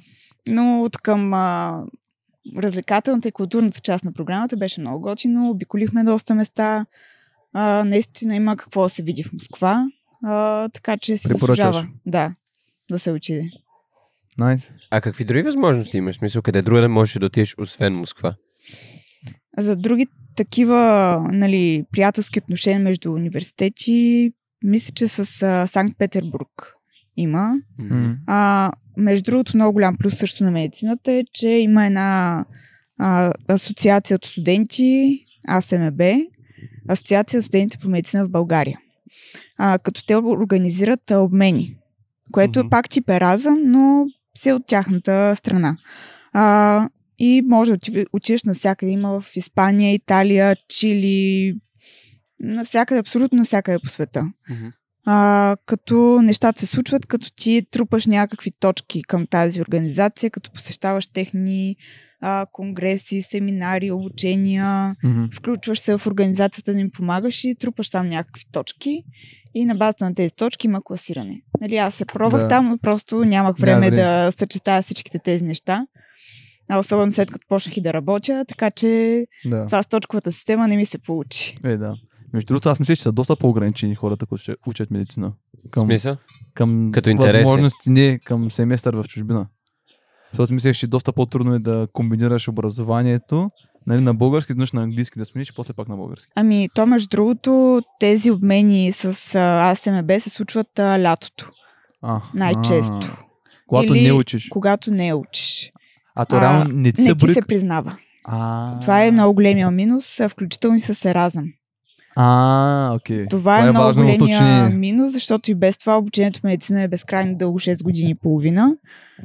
Speaker 4: Но от към а, развлекателната и културната част на програмата беше много готино. Обиколихме доста места. А, наистина има какво да се види в Москва. А, така че се
Speaker 2: Препоръчваш?
Speaker 4: заслужава да, да се отиде.
Speaker 2: Найс.
Speaker 3: А какви други възможности имаш? Смисъл, къде друга да можеш да отидеш, освен Москва?
Speaker 4: За други такива нали, приятелски отношения между университети, мисля, че с а, Санкт-Петербург има.
Speaker 2: М.
Speaker 4: А, между другото, много голям плюс също на медицината е, че има една а, асоциация от студенти, АСМБ, Асоциация на студентите по медицина в България. А, като те организират а, обмени, което
Speaker 3: Мгм.
Speaker 4: е пак тип еразъм, но си е от тяхната страна. А, и може да отиви- отидеш навсякъде. Има в Испания, Италия, Чили, навсякъде, абсолютно навсякъде по света. А, като нещата се случват, като ти трупаш някакви точки към тази организация, като посещаваш техни а, конгреси, семинари, обучения,
Speaker 2: Мгм.
Speaker 4: включваш се в организацията да им помагаш и трупаш там някакви точки. И на базата на тези точки има класиране. Нали, аз се пробвах
Speaker 2: Да.
Speaker 4: да. там, но просто нямах
Speaker 2: Да,
Speaker 4: време
Speaker 2: добре.
Speaker 4: да съчетая всичките тези неща. А особено след като почнах и да работя, така че
Speaker 2: Да.
Speaker 4: това с точковата система не ми се получи.
Speaker 2: Е, да. Между другото, аз мисля, че са доста по-ограничени хората, които ще учат медицина.
Speaker 3: В
Speaker 2: Към,
Speaker 3: смисъл?
Speaker 2: към
Speaker 3: Като е. интереси.
Speaker 2: възможности, не към семестър в чужбина. Защото мислех, че доста по-трудно е да комбинираш образованието нали, на български, веднъж на английски да смениш, после пак на български.
Speaker 4: Ами, то между другото, тези обмени с а, АСМБ се случват а, лятото,
Speaker 2: А,
Speaker 4: Най-често.
Speaker 2: а. Когато
Speaker 4: Или-
Speaker 2: не учиш.
Speaker 4: когато не учиш.
Speaker 2: А то
Speaker 4: а,
Speaker 2: реално не ти
Speaker 4: Не
Speaker 2: се
Speaker 4: ти
Speaker 2: брои.
Speaker 4: се признава.
Speaker 2: А,
Speaker 4: Това е много големия минус, а, включително и с еразъм.
Speaker 2: А, окей.
Speaker 4: Това е много
Speaker 2: важно да
Speaker 4: големия
Speaker 2: уточни.
Speaker 4: минус, защото и без това обучението в медицина е безкрайно дълго 6 години и половина.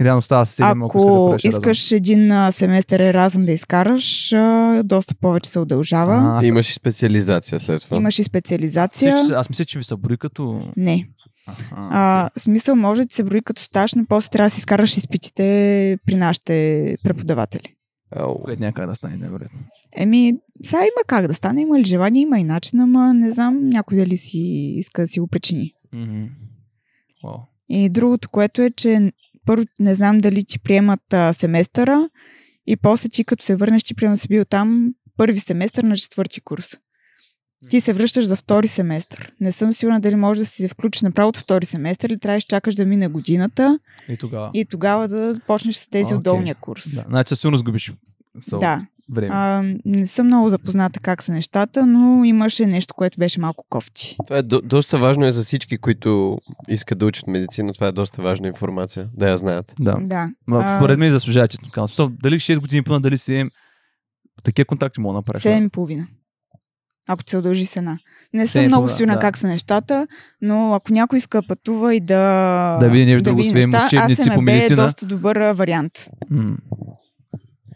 Speaker 2: Реално става 7,
Speaker 4: Ако
Speaker 2: да правиш разъм.
Speaker 4: искаш един а, семестър еразъм да изкараш, а, доста повече се удължава.
Speaker 2: А, аз,
Speaker 3: Имаш и специализация след това.
Speaker 4: Имаш и
Speaker 2: мисля,
Speaker 4: специализация.
Speaker 2: че, аз мисля, че ви са брои като...
Speaker 4: Не, А, в смисъл може да се брои като стаж, но после трябва да си изкараш изпитите при нашите преподаватели.
Speaker 3: Ау.
Speaker 2: Което някак да стане невероятно.
Speaker 4: Еми, сега има как да стане, има ли желание, има и начин, ама не знам някой дали си иска да си го причини.
Speaker 2: Мгм. Вау.
Speaker 4: И другото, което е, че първо не знам дали ти приемат а, семестъра и после ти като се върнеш, ти приема си бил там първи семестър на четвърти курс. Ти се връщаш за втори семестър. Не съм сигурна дали можеш да си включиш направо от втори семестър или трябваше да чакаш да мине годината
Speaker 2: И тогава.
Speaker 4: и тогава да почнеш с тези okay.
Speaker 2: Окей.
Speaker 4: от долния курс.
Speaker 2: Да. Значи със сигурност губиш сол,
Speaker 4: Да.
Speaker 2: време.
Speaker 4: А, не съм много запозната как са нещата, но имаше нещо, което беше малко кофти.
Speaker 3: Това е до, доста важно е за всички, които искат да учат медицина. Това е доста важна информация, да я знаят.
Speaker 2: да.
Speaker 4: Да.
Speaker 2: Ма,
Speaker 4: а-
Speaker 2: според мен заслужава, честно казвам. В смисъл, Дали 6 години пълна, дали 7, такива контакти мога да направиш.
Speaker 4: Седем и половина. Ако се удължи с една. Не съм
Speaker 2: Седем и
Speaker 4: много
Speaker 2: половина,
Speaker 4: сигурна
Speaker 2: да.
Speaker 4: как са нещата, но ако някой иска да пътува и да.
Speaker 2: Да види нещо друго, освен
Speaker 4: неща,
Speaker 2: учебници по
Speaker 4: АСМБ е
Speaker 2: медицина.
Speaker 4: доста добър а, вариант.
Speaker 2: М.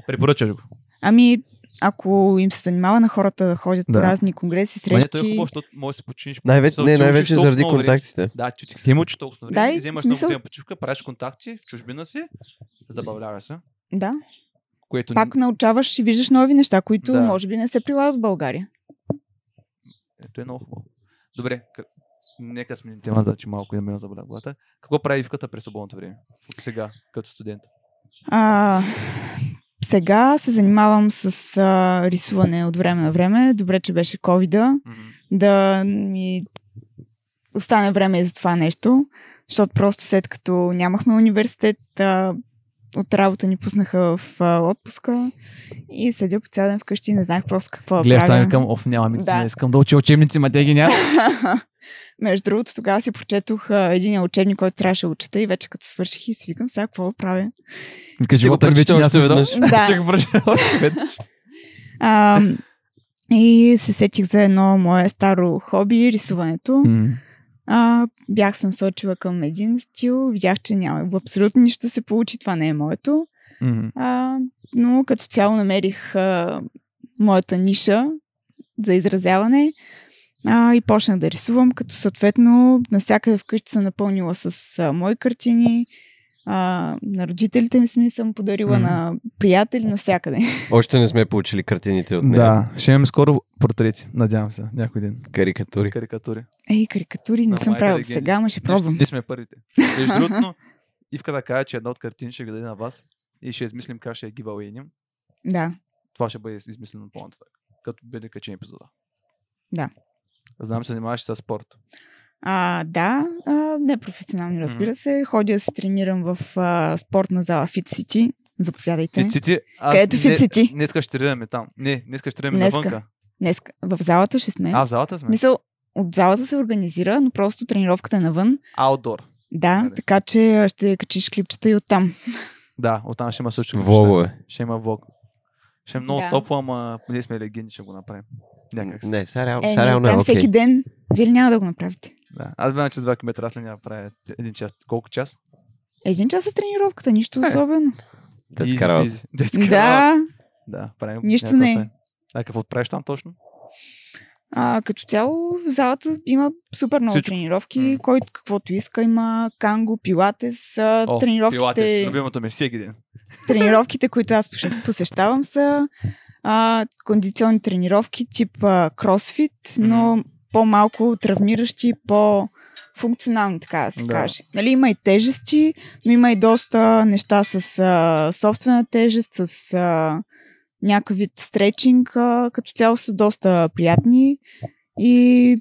Speaker 2: Препоръчаш го.
Speaker 4: Ами, ако им се занимава на хората да ходят
Speaker 2: Да.
Speaker 4: по разни конгреси,
Speaker 2: Ма не, той е
Speaker 4: срещи.
Speaker 5: хубаво, защото може да се починиш.
Speaker 3: Най-вече,
Speaker 5: Мисъл,
Speaker 3: не,
Speaker 5: че
Speaker 3: най-вече
Speaker 5: учиш толкова
Speaker 3: заради
Speaker 5: много време.
Speaker 3: контактите.
Speaker 5: Да, че ти хем учи толкова
Speaker 4: Да,
Speaker 2: време.
Speaker 5: време,
Speaker 4: и
Speaker 5: вземаш
Speaker 4: смисъл-
Speaker 5: много тема почивка, правиш контакти в чужбина си, забавляваш се.
Speaker 4: да.
Speaker 2: Което
Speaker 4: Пак научаваш и виждаш нови неща, които
Speaker 5: Да.
Speaker 4: може би не се прилагат в България.
Speaker 5: Ето е много хубаво. Добре, к... нека сменим темата, че малко да ме заболя главата. Какво прави Ивката през свободното време? От Сега, като студент.
Speaker 4: А, сега се занимавам с а, рисуване от време на време. Добре, че беше covid
Speaker 5: Мгм.
Speaker 4: да ми остане време и за това нещо, защото просто след като нямахме университет, а, от работа ни пуснаха в а, отпуска и седя по цял ден вкъщи и не знаех просто какво
Speaker 6: Гледаш
Speaker 4: правя.
Speaker 6: там към, оф, няма медицина,
Speaker 4: Да.
Speaker 6: искам да уча учебници, ма е те ги няма.
Speaker 4: Между другото, тогава си прочетох а, един учебник, който трябваше да учета и вече като свърших и си викам сега какво правя.
Speaker 6: Вика, живота ми вече
Speaker 3: прочета
Speaker 6: няма
Speaker 3: още
Speaker 6: смисъл.
Speaker 3: веднъж.
Speaker 4: Да.
Speaker 6: Ще го прочета още веднъж.
Speaker 4: А, и се сетих за едно мое старо хоби, рисуването.
Speaker 6: М.
Speaker 4: А, бях се насочила към един стил, видях, че няма абсолютно нищо да се получи, това не е моето.
Speaker 6: М.
Speaker 4: А, но като цяло намерих а, моята ниша за изразяване а, и почнах да рисувам, като съответно навсякъде вкъщи съм напълнила с а, мои картини, а, на родителите ми сме съм подарила,
Speaker 6: Мгм.
Speaker 4: на приятели, навсякъде.
Speaker 3: Още не сме получили картините от нея.
Speaker 6: Да, ще имаме скоро портрети, надявам се, някой ден.
Speaker 3: Карикатури.
Speaker 6: Карикатури.
Speaker 4: Ей, карикатури не
Speaker 2: На
Speaker 4: съм
Speaker 2: майка
Speaker 4: правила
Speaker 2: легенди.
Speaker 4: сега, ама ще пробвам.
Speaker 2: Ние сме първите. Между другото, но Ивка да кажа, че една от картини ще ви даде на вас и ще измислим как ще я гивалейним.
Speaker 4: Да.
Speaker 2: Това ще бъде измислено по-нататък. Като бъде качен епизода.
Speaker 4: Да.
Speaker 2: Знам, се занимаваш с спорт.
Speaker 4: А, да, а, не професионално, разбира се. Ходя да се тренирам в а, спортна зала Fit City. Заповядайте.
Speaker 2: Fit City. Аз
Speaker 4: Е. Където Fit
Speaker 2: не-
Speaker 4: City?
Speaker 2: Днеска ще тренираме там. Не, днеска ще тренираме
Speaker 4: Днеска.
Speaker 2: навънка.
Speaker 4: Днес в залата ще сме.
Speaker 2: А, в залата сме.
Speaker 4: Мисъл, от залата се организира, но просто тренировката е навън.
Speaker 2: Outdoor.
Speaker 4: Да,
Speaker 2: Добре.
Speaker 4: така че а, ще качиш клипчета и оттам.
Speaker 2: Да, оттам ще има също.
Speaker 3: Влогове.
Speaker 2: Ще има влог. Ще е много
Speaker 4: Да.
Speaker 2: топло, ама ние сме легенди, ще го направим. Някак си.
Speaker 3: Не, сега реално
Speaker 4: Е,
Speaker 3: сега
Speaker 4: ние го
Speaker 3: реално е
Speaker 4: правим всеки
Speaker 3: окей.
Speaker 4: ден. Вие ли няма да го направите?
Speaker 2: Да. Аз знам, че 2 км аз не няма да правя един час. Колко час?
Speaker 4: Един час е тренировката, нищо особено.
Speaker 3: That's
Speaker 2: Easy,
Speaker 3: cut out.
Speaker 2: easy. That's cut out.
Speaker 4: да,
Speaker 2: Да, правим.
Speaker 4: Нищо
Speaker 2: някаква
Speaker 4: не е.
Speaker 2: тема. А какво правиш там точно?
Speaker 4: а, като цяло в залата има супер много
Speaker 2: Всичко.
Speaker 4: тренировки,
Speaker 2: М.
Speaker 4: който каквото иска. Има канго, пилатес, а,
Speaker 2: О,
Speaker 4: тренировките...
Speaker 2: пилатес, любимото ми всеки ден.
Speaker 4: тренировките, които аз поше- посещавам са а, кондиционни тренировки тип а, кросфит, но по-малко травмиращи, по функционални, така да се
Speaker 2: Да.
Speaker 4: каже. Нали, има и тежести, но има и доста неща с а, собствена тежест, с а, някакъв вид стречинг. А, като цяло са доста приятни и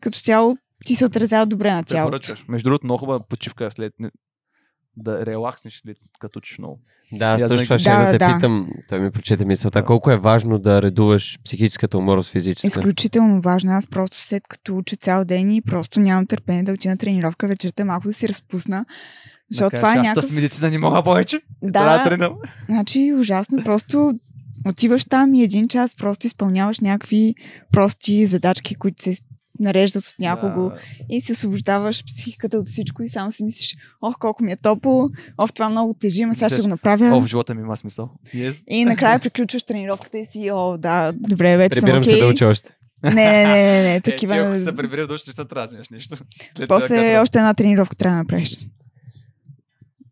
Speaker 4: като цяло ти се отразява добре на тялото.
Speaker 2: Препоръчваш. Между другото, много хубава почивка е след да релакснеш след като учиш много.
Speaker 3: Да, аз
Speaker 2: Я
Speaker 3: точно
Speaker 2: да-
Speaker 3: това ще
Speaker 4: Да,
Speaker 3: да, те
Speaker 4: да.
Speaker 3: питам. Той ми прочете мисълта.
Speaker 2: Да.
Speaker 3: Колко е важно да редуваш психическата умора с физическа?
Speaker 4: Изключително важно. Аз просто след като уча цял ден и просто нямам търпение да отида на тренировка вечерта, малко да си разпусна. Защото това е
Speaker 2: Аз
Speaker 4: някакъв...
Speaker 2: с медицина не мога повече. Трябва да
Speaker 4: Да,
Speaker 2: тренирам.
Speaker 4: значи ужасно. Просто отиваш там и един час просто изпълняваш някакви прости задачки, които се нареждат от някого
Speaker 2: Да.
Speaker 4: и се освобождаваш психиката от всичко и само си мислиш, ох, колко ми е топло, ох, това много тежи, ама сега ще го
Speaker 2: О,
Speaker 4: направя.
Speaker 2: в живота ми има смисъл. Yes.
Speaker 4: И накрая приключваш тренировката и си, о, да, добре, вече съм
Speaker 3: Прибирам се
Speaker 4: окей.
Speaker 3: да уча още.
Speaker 4: Не, не, не, не, не,
Speaker 2: Такива... Е, ти, ако
Speaker 4: такива...
Speaker 2: се прибереш души, ще се тразнеш нещо. След
Speaker 4: После
Speaker 2: това, Е, като-
Speaker 4: още една тренировка трябва да направиш.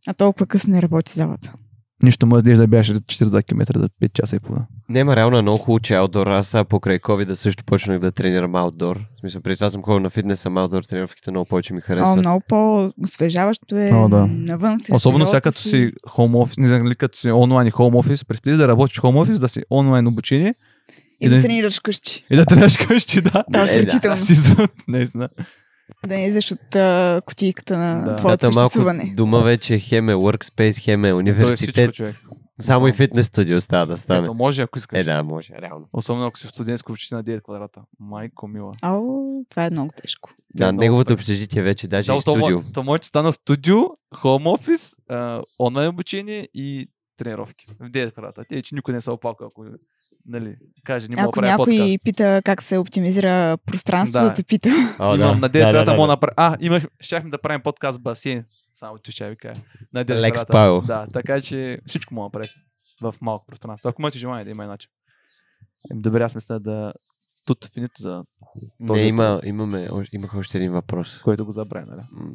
Speaker 4: А толкова късно не работи залата.
Speaker 6: Нищо може да еш да бяш 40 км за 5 часа и половина.
Speaker 3: Нема реално е много хубаво, че аутдор. Аз сега покрай COVID да също почнах да тренирам аутдор. В смисъл, при това съм ходил на фитнес, ама аутдор тренировките много повече ми
Speaker 4: О,
Speaker 3: харесват.
Speaker 4: много по-освежаващо е
Speaker 6: О, да.
Speaker 4: навън. сред
Speaker 6: Особено
Speaker 4: природата
Speaker 6: сега като си home office, не знам, нали, като си онлайн и home office, представи да работиш home office, да си онлайн обучение
Speaker 4: И да
Speaker 6: да-
Speaker 4: тренираш вкъщи.
Speaker 6: и да трябваш къщи, да.
Speaker 4: Да,
Speaker 3: Е,
Speaker 4: отвратително.
Speaker 6: Си за- не знам.
Speaker 4: Да не излезеш от а, кутийката на
Speaker 2: Да.
Speaker 4: твоето
Speaker 3: Тата
Speaker 6: е
Speaker 3: малко
Speaker 4: съществуване.
Speaker 3: дома вече хем е workspace, хем е
Speaker 2: Той е всичко,
Speaker 3: университет.
Speaker 2: човек.
Speaker 3: Само и фитнес студио става да стане.
Speaker 2: Ето, може, ако искаш.
Speaker 3: Е, да, може, реално.
Speaker 2: Особено ако си в студентско община 9 квадрата. Майко мила.
Speaker 4: Ау, това е много тежко.
Speaker 3: Да,
Speaker 2: Е, много
Speaker 3: неговото
Speaker 2: факт.
Speaker 3: общежитие вече даже
Speaker 2: Да,
Speaker 3: и
Speaker 2: то,
Speaker 3: студио.
Speaker 2: мо- то може да стана студио, хоум офис, а, онлайн обучение и тренировки. В 9 квадрата. Те, че никой не се опалка, ако нали, каже, не мога да
Speaker 4: Ако
Speaker 2: правя
Speaker 4: някой
Speaker 2: подкаст.
Speaker 4: пита как се оптимизира пространство,
Speaker 2: Да.
Speaker 4: да, те пита.
Speaker 3: О,
Speaker 2: Имам на 9
Speaker 3: да,
Speaker 2: квадрата,
Speaker 3: да,
Speaker 2: мога да
Speaker 3: да.
Speaker 2: направя. А, имах, щяхме да правим подкаст в басейн. Само ти ще ви кажа. На 9
Speaker 3: Lex
Speaker 2: квадрата.
Speaker 3: Pile.
Speaker 2: Да, така че всичко мога да правиш в малко пространство. Ако имате желание да има иначе. Ем, добре, аз мисля да тут финито за
Speaker 3: Не,
Speaker 2: този
Speaker 3: има, имаме, още- имах още един въпрос.
Speaker 2: който го забравя, нали?
Speaker 3: М,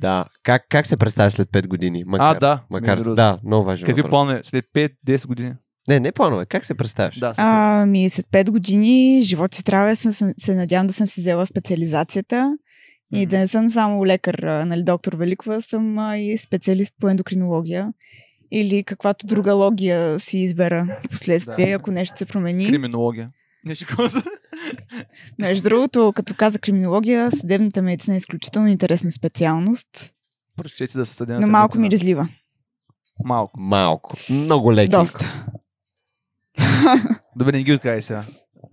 Speaker 3: Да. Как, как се представяш след 5 години? Макар,
Speaker 2: а, да.
Speaker 3: Макар,
Speaker 2: между другото.
Speaker 3: да, много важен
Speaker 2: Какви
Speaker 3: въпрос.
Speaker 2: планове? След 5-10 години?
Speaker 3: Не, не планове. Как се представяш?
Speaker 2: Да, след
Speaker 4: Ами, след 5 години живот и здраве съм, съм- се надявам да съм си взела специализацията и
Speaker 2: Мгм.
Speaker 4: да не съм само лекар, а, нали, доктор Великова, а съм а, и специалист по ендокринология или каквато друга логия си избера в последствие,
Speaker 2: Да.
Speaker 4: ако нещо се промени.
Speaker 2: Криминология. Не ще казвам.
Speaker 4: Между другото, като каза криминология, съдебната медицина е изключително интересна специалност,
Speaker 2: Прочете да се съдя.
Speaker 4: но малко миризлива.
Speaker 2: Малко.
Speaker 3: Малко. Много
Speaker 2: Е,
Speaker 3: леки.
Speaker 4: Доста.
Speaker 2: Добре, не ги откривай сега.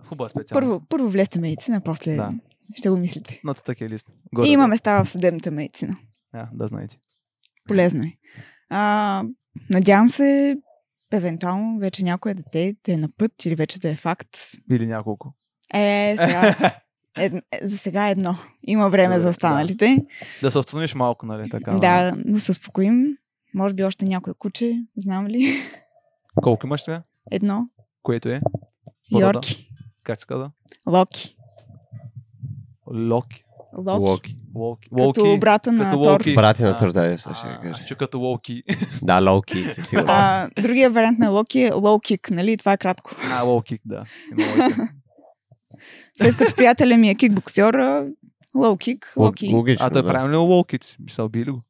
Speaker 2: Хубава специалност.
Speaker 4: Първо, първо влезте медицина, после
Speaker 2: Да.
Speaker 4: ще го мислите.
Speaker 2: Нататък е лист.
Speaker 4: И има места в съдебната медицина.
Speaker 2: Да, да знаете.
Speaker 4: Полезно е. А, надявам се, евентуално вече някое дете да е на път или вече да е факт.
Speaker 2: Или няколко.
Speaker 4: Е, сега, ед, за сега е едно. Има време
Speaker 2: Добре,
Speaker 4: за останалите.
Speaker 2: Да се установиш малко, нали? Така.
Speaker 4: Да,
Speaker 2: нали?
Speaker 4: да, да се спокоим. Може би още някое куче, знам ли?
Speaker 2: Колко имаш сега?
Speaker 4: Едно.
Speaker 2: Което е? Порода.
Speaker 4: Йорки.
Speaker 2: Как се казва?
Speaker 4: Локи.
Speaker 2: Локи.
Speaker 4: Локи.
Speaker 3: Локи.
Speaker 2: Локи.
Speaker 4: Като брата на
Speaker 2: като
Speaker 4: Тор.
Speaker 2: Локи.
Speaker 3: Брати на
Speaker 2: А.
Speaker 3: Търдавия,
Speaker 2: А,
Speaker 3: сега ще кажа.
Speaker 2: Чу като Локи.
Speaker 3: Да, Локи, със сигурност.
Speaker 4: А, другия вариант на Локи е лоу кик, нали? Това е кратко.
Speaker 2: А, Локи, да. Има Локи.
Speaker 4: След като приятеля ми е кикбоксер, а, лоу кик, локи.
Speaker 3: Логично,
Speaker 2: А той е
Speaker 3: да.
Speaker 2: правим ли Локи? Мисъл, би ли го?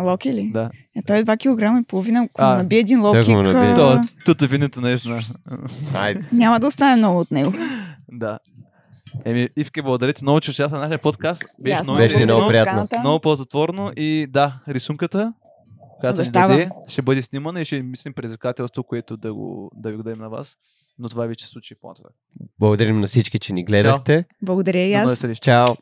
Speaker 4: Локи ли?
Speaker 2: Да.
Speaker 4: Е, той е 2 кг и половина. Ако
Speaker 2: А,
Speaker 4: му набие един лоу
Speaker 3: той
Speaker 4: кик,
Speaker 3: ако му набие.
Speaker 4: а,
Speaker 2: То, тътавинето наистина.
Speaker 3: Айде.
Speaker 4: няма да остане много от него.
Speaker 2: Да. Еми, Ивке, благодаря ти много, че участва в нашия подкаст. Беше
Speaker 4: Ясно.
Speaker 2: много,
Speaker 3: Беше ни
Speaker 2: интересно,
Speaker 3: много приятно.
Speaker 4: Поканата.
Speaker 2: много по-затворно и да, рисунката, която ни
Speaker 4: Обещавам.
Speaker 2: даде, ще бъде снимана и ще мислим предизвикателство, което да, го, да ви го дадем на вас. Но това вече се случи по-нататък.
Speaker 3: Благодарим на всички, че ни гледахте.
Speaker 4: Благодаря и
Speaker 2: До нови
Speaker 4: аз.
Speaker 2: срещи.
Speaker 3: Чао.